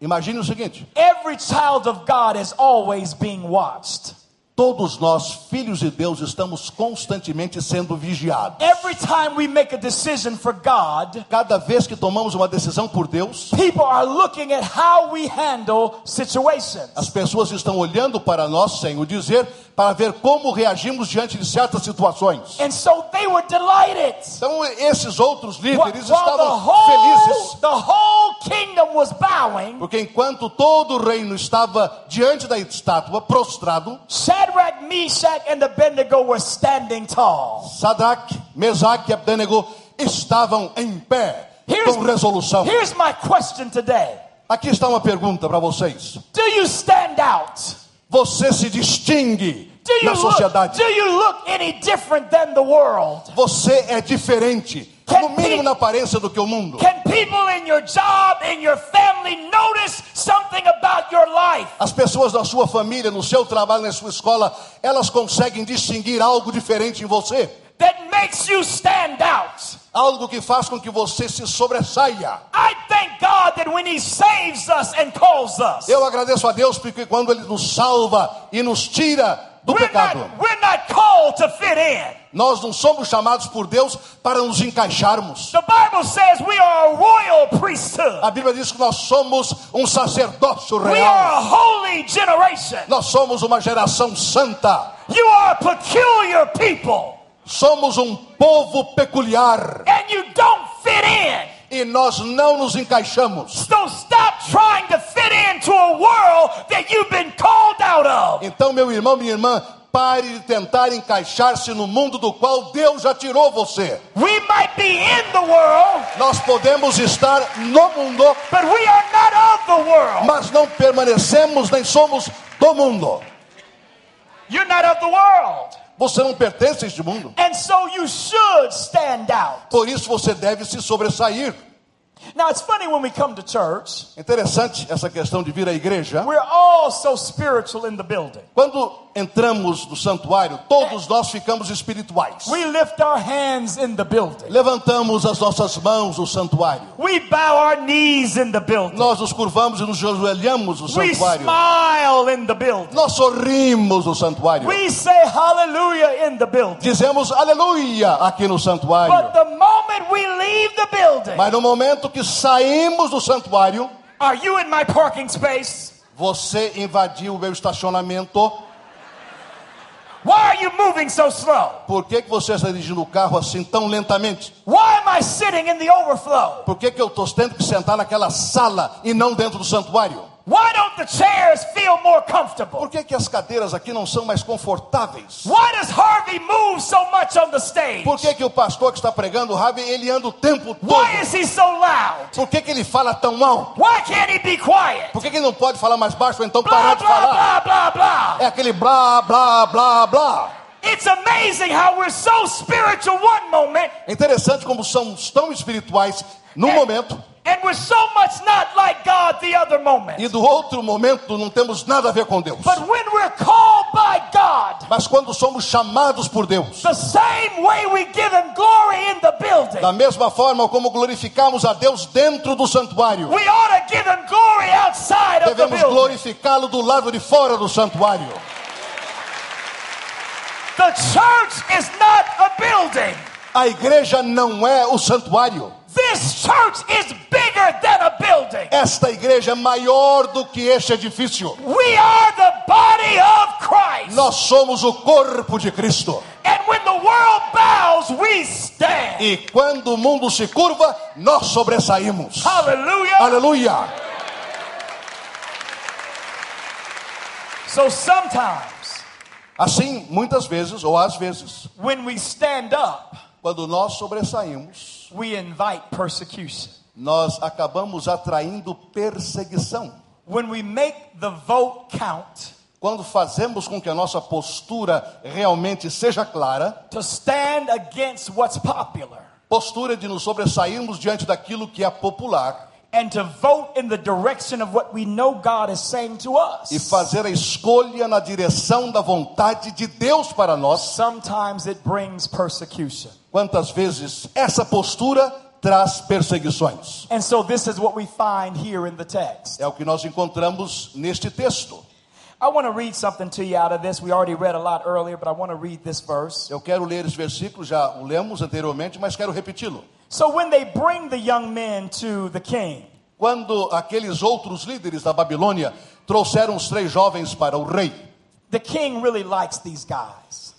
Imagine o seguinte: Every child of God is always being watched. Todos nós, filhos de Deus, estamos constantemente sendo vigiados. Every time we make a decision for God, Cada vez que tomamos uma decisão por Deus, people are looking at how we handle situations. as pessoas estão olhando para nós sem o dizer, para ver como reagimos diante de certas situações. And so they were delighted. Então, esses outros Wh- líderes While the estavam whole, felizes, the whole kingdom was bowing, porque enquanto todo o reino estava diante da estátua, prostrado, Shadrach, Meshach, and Abednego were standing tall. Sadraque, Mesaque e Abdânego estavam em pé, Here's, com resolução. here's my question today Aqui está uma pergunta para vocês. Do you stand out? Você se distingue Do you, na look, sociedade. do you look any different than the world? Você é diferente, Can no mínimo pe- na aparência do que o mundo. Can people in your job, in your family, notice something about your life? As pessoas da sua família, no seu trabalho, na sua escola, elas conseguem distinguir algo diferente em você, that makes you stand out. algo que faz com que você se sobressaia. I thank God that when He saves us and calls us, Eu agradeço a Deus porque quando Ele nos salva e nos tira do we're pecado, not, we're not called to fit in. nós não somos chamados por Deus para nos encaixarmos. The Bible says we are a royal priesthood, A Bíblia diz que nós somos um sacerdócio we real. are a holy generation. Nós somos uma geração santa. You are a peculiar people, Somos um povo peculiar and you don't fit in. e nós não nos encaixamos. So stop trying to fit into a world that you've been called out of. Então, meu irmão, minha irmã, pare de tentar encaixar-se no mundo do qual Deus já tirou você. We might be in the world, Nós podemos estar no mundo, but we are not of the world. mas não permanecemos nem somos do mundo. You're not of the world. Você não pertence a este mundo. And so you should stand out. Por isso você deve se sobressair. Now, it's funny when we come to church, Interessante essa questão de vir à igreja. we're all so spiritual in the building. Quando entramos no santuário, todos nós ficamos espirituais. We lift our hands in the building. Levantamos as nossas mãos no santuário. We bow our knees in the building. Nós nos curvamos e nos ajoelhamos no We santuário. smile in the building. Nós sorrimos no santuário. We say hallelujah in the building. Dizemos aleluia aqui no But santuário. the moment we leave the building, Mas no momento que saímos do santuário, are you in my parking space? você invadiu o meu estacionamento. Why are you moving so slow? Por que, que você está dirigindo o carro assim tão lentamente? Why am I sitting in the overflow? Por que, que eu estou tendo que sentar naquela sala e não dentro do santuário? Why don't the chairs feel more comfortable? Por que, que as cadeiras aqui não são mais confortáveis? Why does Harvey move so much on the stage? Por que, que o pastor que está pregando, Rabi, ele anda o tempo Why todo? is he so loud? Por que, que ele fala tão mal? Why can't he be quiet? Por que, que ele não pode falar mais baixo ou então Blah, parar de blah, falar? blah, blah, blah. É aquele blá, blá, blá, blá. It's amazing how we're so spiritual one moment É interessante como somos tão espirituais num momento and we're so much not like God the other moment. e do outro momento não temos nada a ver com Deus. But when we're called by God, Mas quando somos chamados por Deus, the same way we give him glory in the building, da mesma forma como glorificamos a Deus dentro do santuário, we ought to give him glory outside of the devemos building. glorificá-lo do lado de fora do santuário. The church is not a building. A igreja não é o santuário. This church is bigger than a building. Esta igreja é maior do que este edifício. We are the body of Christ. Nós somos o corpo de Cristo. And when the world bows, we stand. E quando o mundo se curva, nós sobressaímos. Hallelujah. Aleluia! So sometimes Assim, muitas vezes, ou às vezes, when we stand up, quando nós sobressaímos, we invite persecution. nós acabamos atraindo perseguição. When we make the vote count Quando fazemos com que a nossa postura realmente seja clara, to stand against what's popular postura de nos sobressairmos diante daquilo que é popular and to vote in the direction of what we know God is saying to e us, fazer a escolha na direção da vontade de Deus para nós, sometimes it brings persecution. Quantas vezes essa postura traz perseguições? And so this is what we find here in the text. É o que nós encontramos neste texto. I want to read something to you out of this. We already read a lot earlier, but I want to read this verse. Eu quero ler esse versículo, já o lemos anteriormente, mas quero repeti-lo. So when they bring the young men to the king, Quando aqueles outros líderes da Babilônia trouxeram os três jovens para o rei, the king really likes these guys.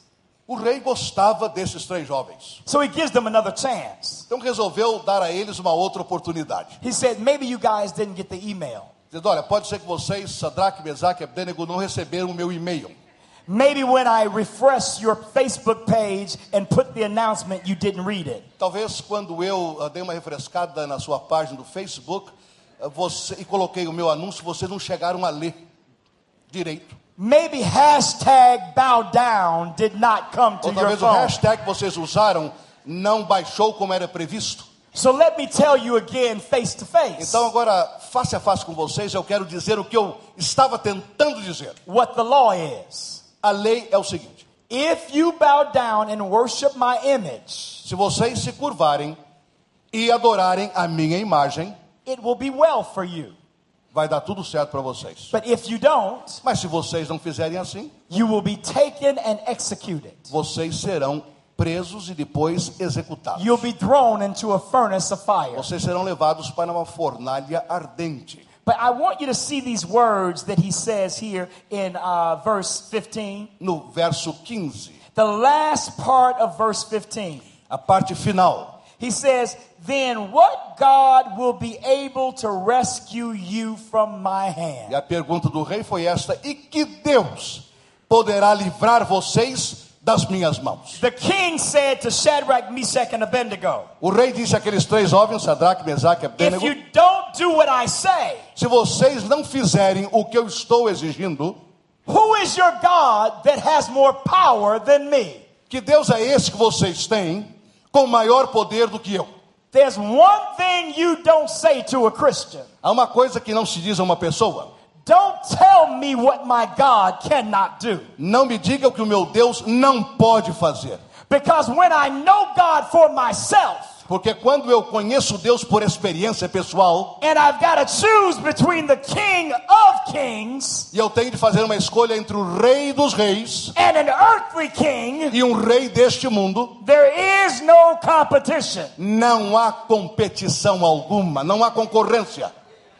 o rei gostava desses três jovens. So he gives them another chance. Então resolveu dar a eles uma outra oportunidade. He said, Maybe you guys didn't get the email. Dizendo, olha, pode ser que vocês, Sadraque, Mesaque e Abdenego, não receberam o meu e-mail. Maybe when I refresh your Facebook page and put the announcement, you didn't read it. Talvez quando eu ah, dei uma refrescada na sua página do Facebook ah, você- e coloquei o meu anúncio, vocês não chegaram a ler direito. Maybe hashtag bow down did not come to Ou your talvez o phone. hashtag que vocês usaram não baixou como era previsto. So let me tell you again, face to face, Então agora, face a face com vocês, eu quero dizer o que eu estava tentando dizer. what the law is. A lei é o seguinte: If you bow down and worship my image, se vocês se curvarem e adorarem a minha imagem, it will be well for you. vai dar tudo certo para vocês. But if you don't, Mas se vocês não fizerem assim, you will be taken and executed. vocês serão presos e depois executados. You'll be thrown into a furnace of fire. Vocês serão levados para uma fornalha ardente. But I want you to see these words that he says here in uh, verse 15. No verso 15, The last part of verse 15. a parte final. He says, Then what God will be able to rescue you from my hand? E a pergunta do rei foi esta: E que Deus poderá livrar vocês das minhas mãos? The king said to Shadrach, Meshach, and Abednego, O rei disse àqueles três jovens, Sadraque, Mesaque e If Abdenego: you don't do what I say, Se vocês não fizerem o que eu estou exigindo, Who is your God that has more power than me? que Deus é esse que vocês têm com maior poder do que eu? There's one thing you don't say to a Christian. Há uma coisa que não se diz a uma pessoa: Don't tell me what my God cannot do. não me diga o que o meu Deus não pode fazer. Because when I know God for myself Porque quando eu conheço Deus por experiência pessoal, and I've got to choose between the King of Kings e eu tenho de fazer uma escolha entre o rei dos reis and an earthly king, e um rei deste mundo, there is no competition. não há competição alguma, não há concorrência.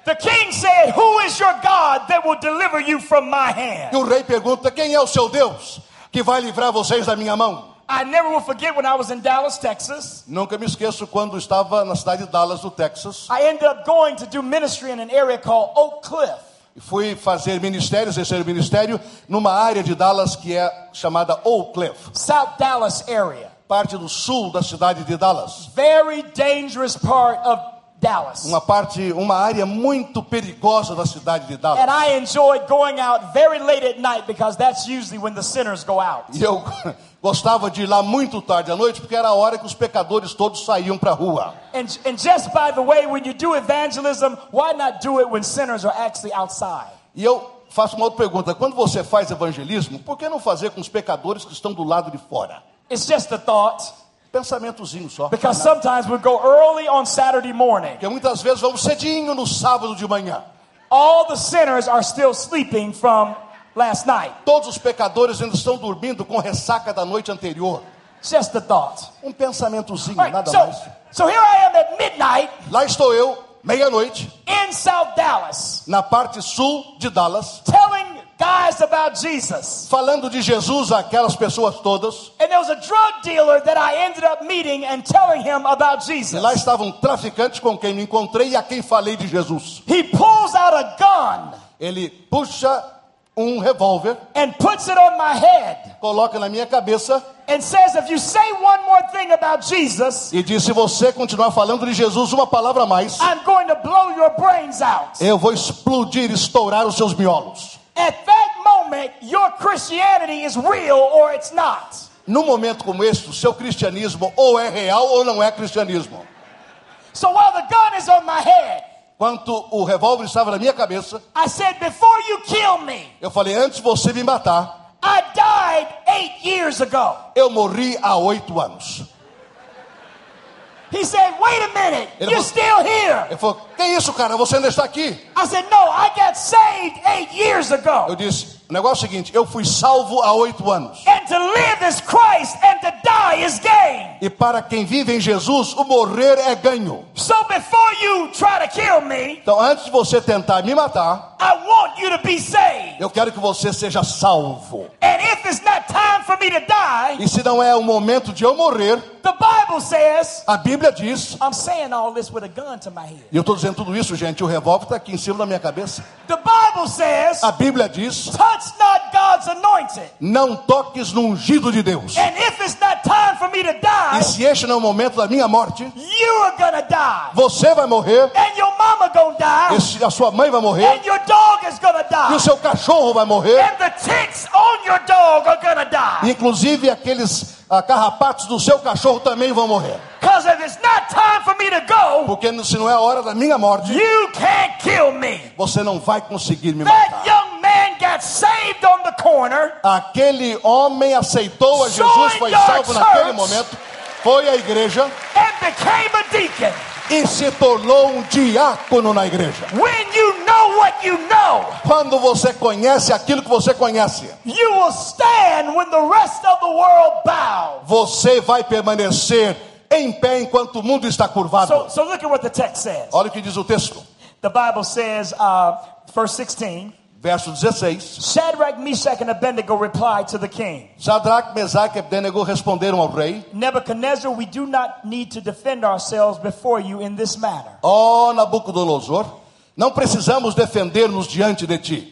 The king said, Who is your God that will deliver you from my E hand? o rei pergunta: Quem é o seu Deus que vai livrar vocês da minha mão? I never will forget when I was in Dallas, Texas. Nunca me esqueço quando estava na cidade de Dallas, no Texas, I ended up going to do ministry in an area called Oak Cliff. e fui fazer ministério, exercer ministério, numa área de Dallas que é chamada Oak Cliff, South Dallas area. parte do sul da cidade de Dallas. Very dangerous part of Dallas. Uma parte, uma área muito perigosa da cidade de And Dallas. I enjoyed going out very late at night because that's usually when the sinners go out. E eu gostava de ir lá muito tarde à noite, porque era a hora que os pecadores todos saíam para a rua. And, and just by the way, when you do evangelism, why not do it when sinners are actually outside? E eu faço uma outra pergunta: quando você faz evangelismo, por que não fazer com os pecadores que estão do lado de fora? It's just a thought. Pensamentozinho só. Because sometimes we go early on Saturday morning. Porque muitas vezes vamos cedinho no sábado de manhã. All the sinners are still sleeping from last night. Todos os pecadores ainda estão dormindo com ressaca da noite anterior. It's just a thought. Um pensamentozinho, All right, nada so, mais. so here I am at midnight Lá estou eu, meia-noite, in South Dallas, na parte sul de Dallas, telling guys about Jesus. falando de Jesus àquelas pessoas todas. And there was a drug dealer that I ended up meeting and telling him about E lá Jesus. estava um traficante com quem me encontrei e a quem falei de Jesus. He pulls out a gun Ele puxa um revólver, and puts it on my head coloca na minha cabeça and says, If you say one more thing about Jesus, e diz: Se você continuar falando de Jesus uma palavra a mais, I'm going to blow your brains out. eu vou explodir, estourar os seus miolos. At that moment, your Christianity is real or it's not. Num momento como este, o seu cristianismo ou é real ou não é cristianismo. So while the gun is on my head, Quanto o revólver estava na minha cabeça, I said, Before you kill me, eu falei: Antes de você me matar, I died eight years ago. eu morri há oito anos. He said, Wait a minute, Ele you're falou- still here. Ele falou: Que isso, cara? Você ainda está aqui? I said, No, I got saved eight years Eu ago. disse: O negócio é o seguinte, eu fui salvo há oito anos. And to live is Christ, and to die is gain. E para quem vive em Jesus, o morrer é ganho. So before you try to kill me, Então, antes de você tentar me matar, I want you to be saved. eu quero que você seja salvo. And if it's not time for me to die, E se não é o momento de eu morrer, the Bible says, a Bíblia diz, I'm saying all this with a gun to my head. e eu estou dizendo tudo isso, gente, o revólver está aqui em cima da minha cabeça. The Bible says, A Bíblia diz: touch not God's anointed. não toques no ungido de Deus. And if it's not time for me to E die, se este não é o momento da minha morte, you are gonna die. você vai morrer, And your mama gonna e die. se a sua mãe vai morrer, And your dog is gonna e o die. seu cachorro vai morrer, And the ticks on your dog are gonna e die. inclusive aqueles ah, carrapatos do seu cachorro também vão morrer. Because if it's not time for me to go, Porque se não é a hora da minha morte, you can't kill me. você não vai conseguir me That matar. young man got saved on the corner. Aquele homem aceitou a Jesus, foi salvo naquele momento, foi à igreja and became a deacon. e se tornou um diácono na igreja. When you know what you know, Quando você conhece aquilo que você conhece, you will stand when the rest of the world bow. você vai permanecer em pé enquanto o mundo está So, curvado. so look at what the text says. Olha o que diz o texto, The Bible says, uh, verse 16 verso 16. Shadrach, Meshach, and Abednego replied to the king Sadraque, Mesaque e Abdenego responderam ao rei: Nebuchadnezzar, we do not need to defend ourselves before you in this matter. Ó Nabucodonosor, não precisamos defender-nos diante de ti.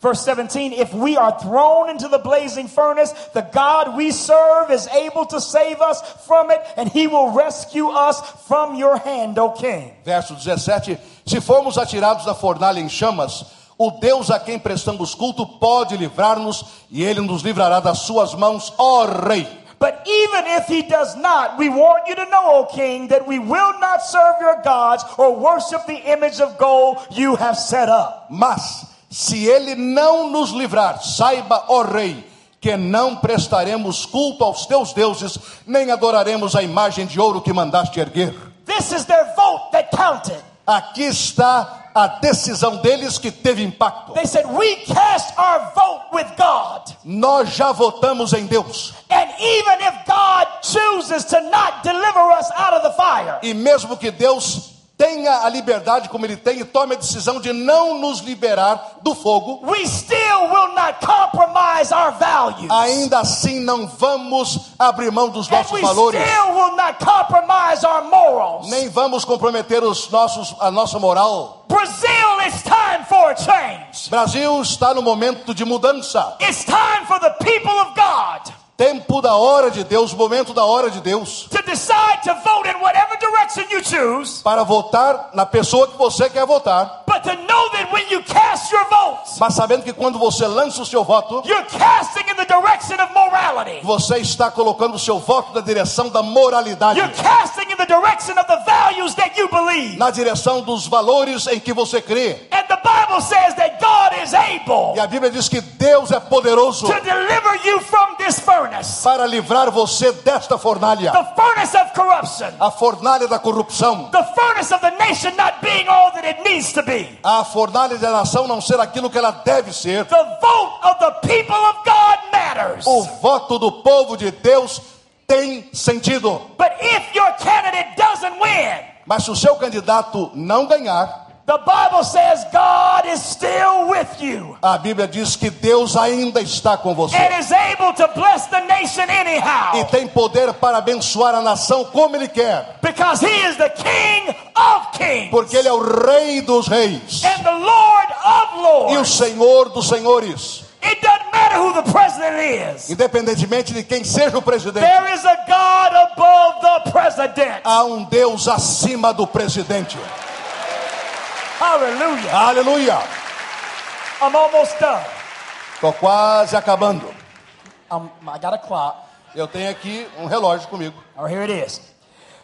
Verse 17 If we are thrown into the blazing furnace, the God we serve is able to save us from it, and he will rescue us from your hand, O king. Verso 17: Se formos atirados da fornalha em chamas, o Deus a quem prestamos culto pode livrar-nos, e ele nos livrará das suas mãos, ó Rei. But even if he does not, we want you to know, O king, that we will not serve your gods or worship the image of gold you have set up. Mas, se ele não nos livrar, saiba, ó rei, que não prestaremos culto aos teus deuses, nem adoraremos a imagem de ouro que mandaste erguer. This is their vote that counted. Aqui está a decisão deles que teve impacto. They said, We cast our vote with God. Nós já votamos em Deus, And even if God chooses to not deliver us out of the fire, e mesmo que Deus tenha a liberdade como ele tem e tome a decisão de não nos liberar do fogo, we still will not compromise our values. ainda assim não vamos abrir mão dos and nossos we valores. still will not compromise our morals. Nem vamos comprometer os nossos, a nossa moral. Brazil, it's time for a change. Brasil está no momento de mudança. It's time for the people of God Tempo da hora de Deus, momento da hora de Deus. to decide to vote in whatever direction you choose, Para votar na pessoa que você quer votar. but to know that when you cast your votes, Mas sabendo que quando você lança o seu voto, you're casting in the direction of morality. você está colocando o seu voto na direção da moralidade. You're casting in the direction of the values that you believe. Na direção dos valores em que você crê. And the Bible says that God is able E a Bíblia diz que Deus é poderoso to deliver you from this furnace, para livrar você desta fornalha the furnace of corruption, a fornalha da corrupção. the furnace of the nation not being all that it needs to be. a fornalha da nação não ser aquilo que ela deve ser. The vote of the people of God matters. O voto do povo de Deus tem sentido. But if your candidate doesn't win, Mas se o seu candidato não ganhar, the Bible says God is still with you a Bíblia diz que Deus ainda está com você and is able to bless the nation anyhow e tem poder para abençoar a nação como ele quer, because He is the King of kings porque ele é o rei dos reis and the Lord of e o lords. senhor dos senhores, It doesn't matter who the president is. independentemente de quem seja o presidente. There is a God above the president. Há um Deus acima do presidente. Hallelujah. Aleluia! I'm almost done. Tô quase acabando. Um, I got a clock. Eu tenho aqui um relógio comigo. Oh, here it is.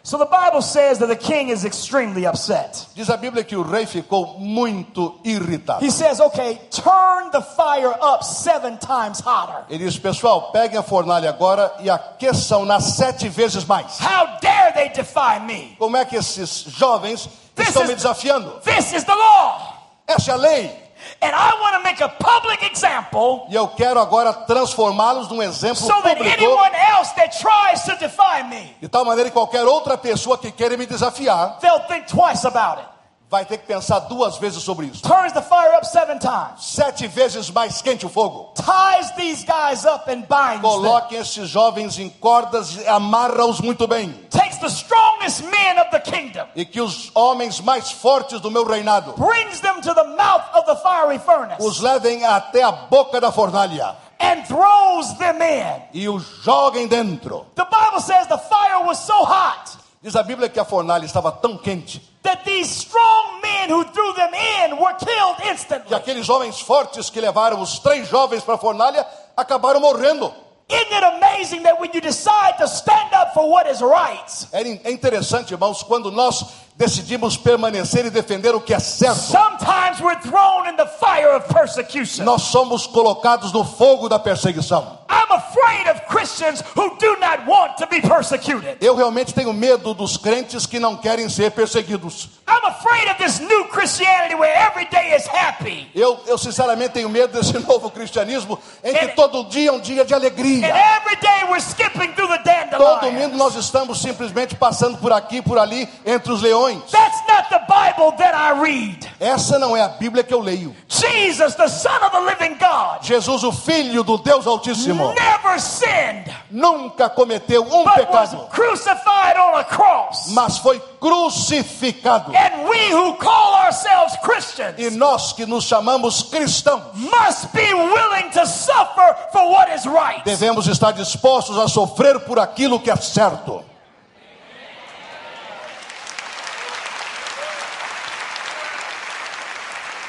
So the Bible says that the king is extremely upset. Diz a Bíblia que o rei ficou muito irritado. He says, okay, turn the fire up seven times hotter. Ele diz, pessoal, peguem a fornalha agora e aqueçam-na sete vezes mais. How dare they defy me? Como é que esses jovens estão me desafiando? this is the law. Essa é a lei. And I want to make a public example E eu quero agora transformá-los num exemplo so that público. anyone else that tries to defy me, De tal maneira que qualquer outra pessoa que queira me desafiar they'll think twice about it. vai ter que pensar duas vezes sobre isso. Turns the fire up seven times, Sete vezes mais quente o fogo. ties these guys up and binds them, Coloquem esses jovens em cordas e amarra-os muito bem. takes the strongest men of the kingdom, E que os homens mais fortes do meu reinado brings them to the mouth of the fiery furnace, os levem até a boca da fornalha and throws them in. e os joguem dentro. The Bible says the fire was so hot. Diz a Bíblia que a fornalha estava tão quente that these strong men who threw them in were killed que instantly. aqueles homens fortes que levaram os três jovens para a fornalha acabaram morrendo. Isn't it amazing that when you decide to stand up for what is right, É in- é interessante, irmãos, quando nós decidimos permanecer e defender o que é certo, sometimes we're thrown in the fire of persecution? nós somos colocados no fogo da perseguição. I'm afraid of Christians who do not want to be persecuted. Eu realmente tenho medo dos crentes que não querem ser perseguidos. I'm afraid of this new Christianity where every day is happy Eu, eu sinceramente tenho medo desse novo cristianismo em que Ele- todo dia é um dia de and alegria. every day we're skipping through the Todo dandelion. domingo nós estamos simplesmente passando por aqui, por ali, entre os leões. That's not the Bible that I read. Essa não é a Bíblia que eu leio. Jesus, the Son of the living God, Jesus, o Filho do Deus Altíssimo, never sinned. nunca cometeu um but was pecado, crucified on a cross. mas foi crucificado. And we who call ourselves Christians E nós que nos chamamos cristãos, must be willing to suffer for what is right. devemos estar dispostos a sofrer por aquilo que é certo.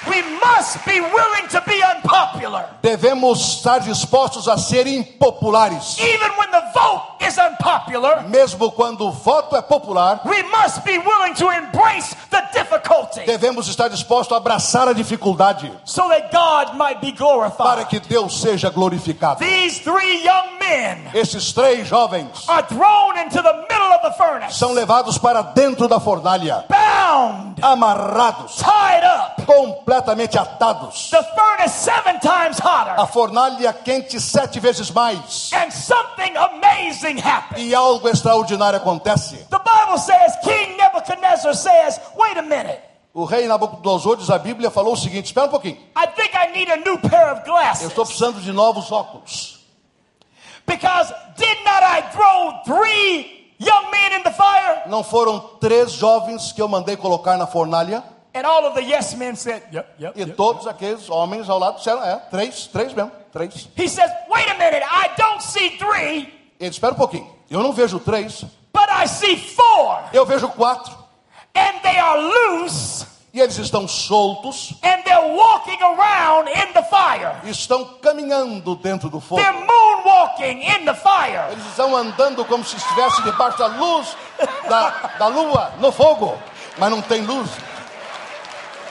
We must must be willing to be unpopular, Devemos estar dispostos a ser impopulares. even when the vote is unpopular. Mesmo quando o voto é popular, We must be willing to embrace the difficulty devemos estar dispostos a abraçar a dificuldade so that God might be para glorified. que Deus seja glorificado. These three young men Esses três jovens are thrown into the middle of the furnace, são levados para dentro da fornalha, bound, amarrados, tied up. completamente atados. The furnace seven times hotter. A fornalha quente sete vezes mais. And something amazing happened. E algo extraordinário acontece. The Bible says, King Nebuchadnezzar says, wait a minute. O rei Nabucodonosor, diz a Bíblia, falou o seguinte: espera um pouquinho, I think I need a new pair of eu glasses. estou precisando de novos óculos. Because did not I throw three young men in the fire? Não foram três jovens que eu mandei colocar na fornalha? And all of the yes men said, yep, yep. E todos aqueles homens ao lado disseram: é, três, três mesmo, três. He says, wait a minute, I don't see three, Ele espera um pouquinho, eu não vejo três, but I see four. eu vejo quatro. And they are loose E eles estão soltos, and they're walking around in the fire. estão caminhando dentro do fogo. They're moonwalking in the fire. Eles estão andando como se estivesse debaixo da luz da, da lua, no fogo, mas não tem luz.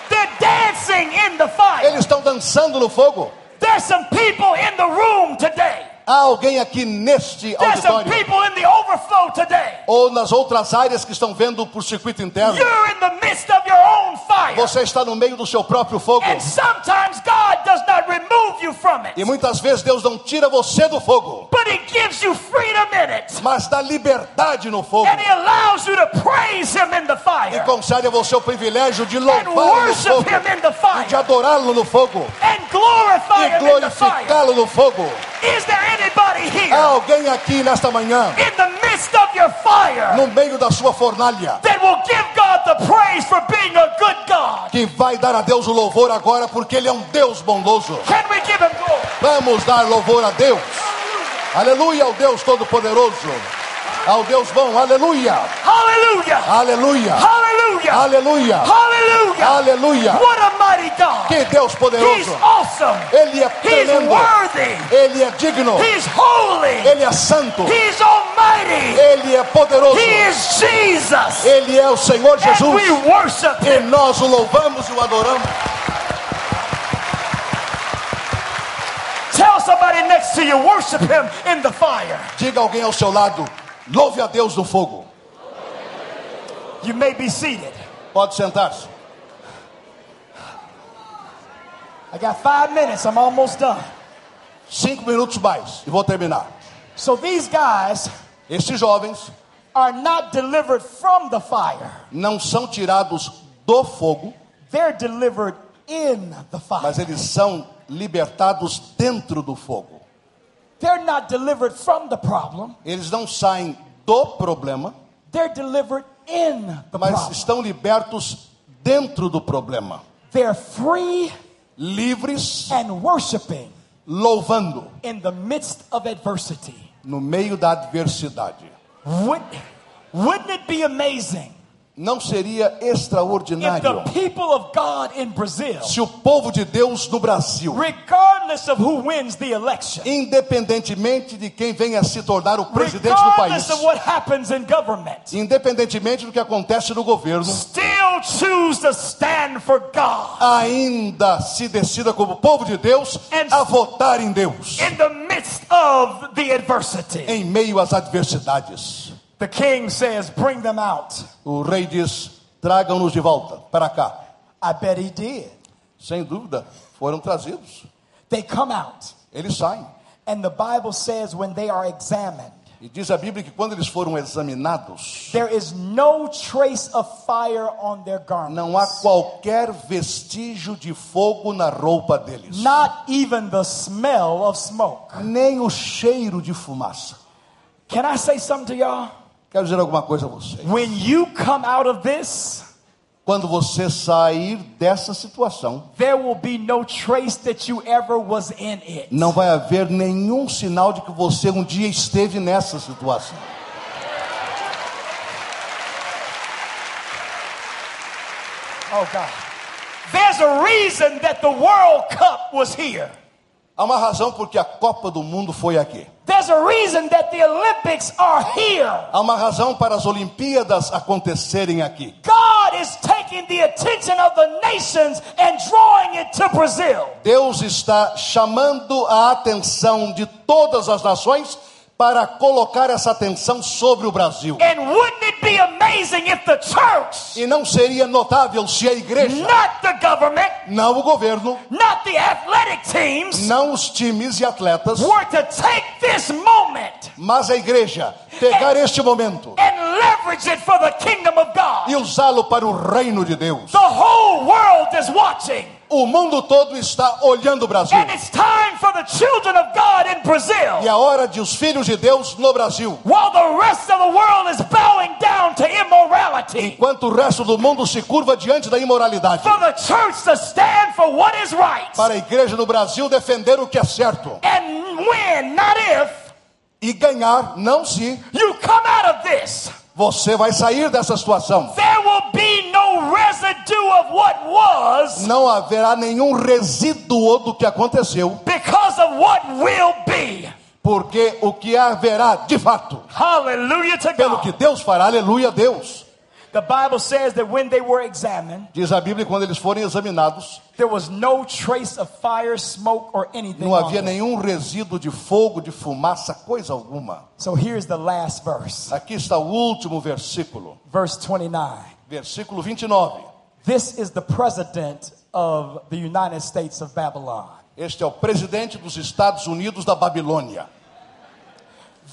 They're dancing in the fire. Eles estão dançando no fogo. There's some people in the room today. Há alguém aqui neste There's some auditório people in the overflow today. ou nas outras áreas que estão vendo por circuito interno? You're in the midst of your own fire. Você está no meio do seu próprio fogo. And sometimes God does not remove you from E it, muitas vezes Deus não tira você do fogo, but He gives you freedom in it. mas dá liberdade no fogo. And He allows you to praise Him in the E fire, concede a você o privilégio de and louvá-lo no worship fogo, Him in the de fire, adorá-lo no fogo, and glorify e Him in the fire. glorificá-lo no fogo. Is there anybody Há here alguém aqui nesta manhã, in the midst of your fire no meio da sua fornalha, that will give God the praise for being a good God? que vai dar a Deus o louvor agora, porque Ele é um Deus bondoso. Can we give Him glory? Vamos dar louvor a Deus. Aleluia ao Deus Todo-Poderoso. Ao Deus bom. Aleluia. Hallelujah! Aleluia. Hallelujah! Aleluia. Hallelujah! Aleluia. What a mighty God! Que Deus He's poderoso. awesome! Ele é He's tremendo. worthy! Ele é digno. He's holy! Ele é santo. He's almighty! Ele é poderoso. He is Jesus! Ele é o Senhor And we Jesus. worship E Him! nós o louvamos e o adoramos. Tell somebody next to you, worship Him in the fire. Diga alguém ao seu lado. Louve a Deus no fogo. You may be seated. Pode sentar-se. I got five minutes, I'm almost done. Cinco minutos mais e vou terminar. So these guys Esses jovens are not delivered from the fire, não são tirados do fogo, they're delivered in the fire. mas eles são libertados dentro do fogo. They're not delivered from the problem, Eles não saem do problema, they're delivered in the mas problem. estão libertos dentro do problema. They're free Livres, and worshiping louvando in the midst of adversity. no meio da adversidade. Would, wouldn't it be amazing Não seria if the extraordinário people of God in Brazil, se o povo de Deus do Brasil, regardless of who wins the election, independentemente de quem venha se tornar o presidente do país, regardless of what happens in government, independentemente do que acontece no governo, still choose to stand for God ainda se decida como povo de Deus And- a votar em Deus in the midst of the adversity? em meio às adversidades. The king says, Bring them out. O rei diz: tragam-nos de volta para cá. I bet he did. Sem dúvida, foram trazidos. They come out, Eles saem. and the Bible says, when they are examined, E diz a Bíblia que quando eles foram examinados, There is no trace of fire on their garments. não há qualquer vestígio de fogo na roupa deles, Not even the smell of smoke. nem o cheiro de fumaça. Can I say something to y'all? Quero dizer alguma coisa a você. When you come out of this, Quando você sair dessa situação, there will be no trace that you ever was in it. não vai haver nenhum sinal de que você um dia esteve nessa situação. Oh God. There's a reason that the World Cup was here. Há uma razão porque a Copa do Mundo foi aqui. There's a reason that the Olympics are here. Há uma razão para as Olimpíadas acontecerem aqui. God is taking the attention of the nations and drawing it to Brazil. Deus está chamando a atenção de todas as nações para colocar essa atenção sobre o Brasil. And wouldn't it be amazing if the church, E não seria notável se a igreja, not the government, não o governo, not the athletic teams, não os times e atletas, were to take this moment mas a igreja pegar este momento and leverage it for the kingdom of God? e usá-lo para o reino de Deus. The whole world is watching, O mundo todo está olhando o Brasil. and it's time for the children of God in E Brazil, a hora de os filhos de Deus no Brasil. while the rest of the world is bowing down to immorality, Enquanto o resto do mundo se curva diante da imoralidade. for the church to stand for what is right Para a igreja no Brasil defender o que é certo. and when, not if, E ganhar, não se you come out of this. você vai sair dessa situação. There will be no residue of what was Não haverá nenhum resíduo do que aconteceu. because of what will be. Porque o que haverá de fato, Hallelujah to pelo que God. Deus fará, aleluia a Deus. The Bible says that when they were examined, Diz a Bíblia que quando eles forem examinados, there was no trace of fire, smoke, or anything. não on havia them. nenhum resíduo de fogo, de fumaça, coisa alguma. So here's the last verse, Aqui está o último versículo, verse 29. versículo 29. This is the president of the United States of Babylon. Este é o presidente dos Estados Unidos da Babilônia.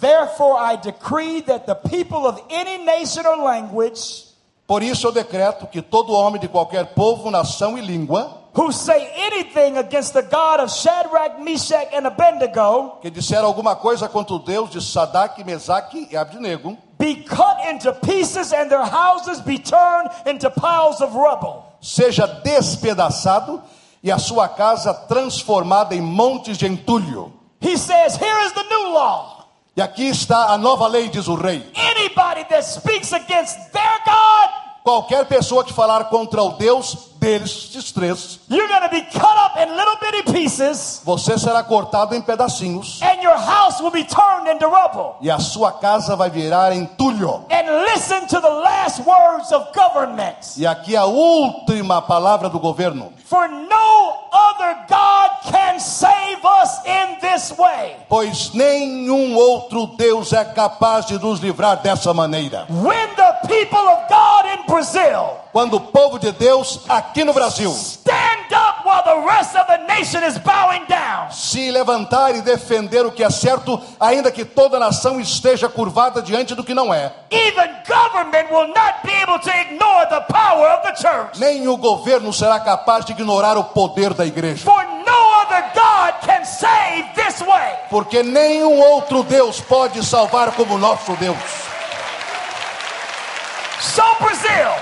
Therefore, I decree that the people of any nation or language Por isso eu decreto que todo homem de qualquer povo, nação e língua who say anything against the God of Shadrach, Meshach, and Abednego que disser alguma coisa contra o Deus de Sadak, Mesaque e Abdinego be cut into pieces and their houses be turned into piles of rubble. seja despedaçado e a sua casa transformada em montes de entulho. He says, Here is the new law. E aqui está a nova lei, diz o rei. Anybody that speaks against their God, Qualquer pessoa que falar contra o Deus deles, esses três, you're going to be cut up in little bitty pieces você será cortado em pedacinhos and your house will be turned into rubble. e a sua casa vai virar entulho. And listen to the last words of governments. E aqui a última palavra do governo. For no other God can save us in this way. pois nenhum outro Deus é capaz de nos livrar dessa maneira. When the people of God in Brazil Quando o povo de Deus aqui no Brasil stand up while the rest of the nation is bowing down, se levantar e defender o que é certo, ainda que toda a nação esteja curvada diante do que não é, even government will not be able to ignore the power of the church. nem o governo será capaz de ignorar o poder da igreja, For no other God can save this way. porque nenhum outro Deus pode salvar como o nosso Deus. So, Brazil,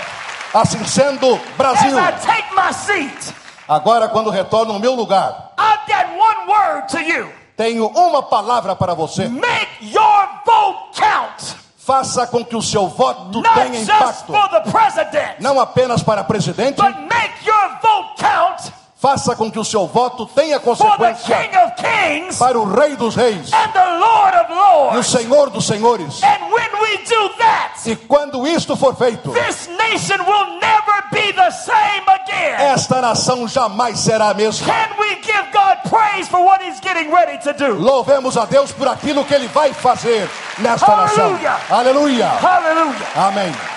Assim sendo, as Brasil, I take my seat, agora quando retorno ao meu lugar, I've got one word to you tenho uma palavra para você. make your vote count, Faça com que o seu voto not tenha just impacto. for the president. não apenas para presidente, But make your vote count faça com que o seu voto tenha for the consequência King of Kings para o Rei dos Reis and the Lord of e o Lords. Senhor dos Senhores. And when we do that, E quando isto for feito, this nation will never be the same again. esta nação jamais será a mesma. Can we give God praise for what He's getting ready to do? Louvemos a Deus por aquilo que Ele vai fazer nesta nação. Aleluia! Aleluia! Hallelujah. Amém.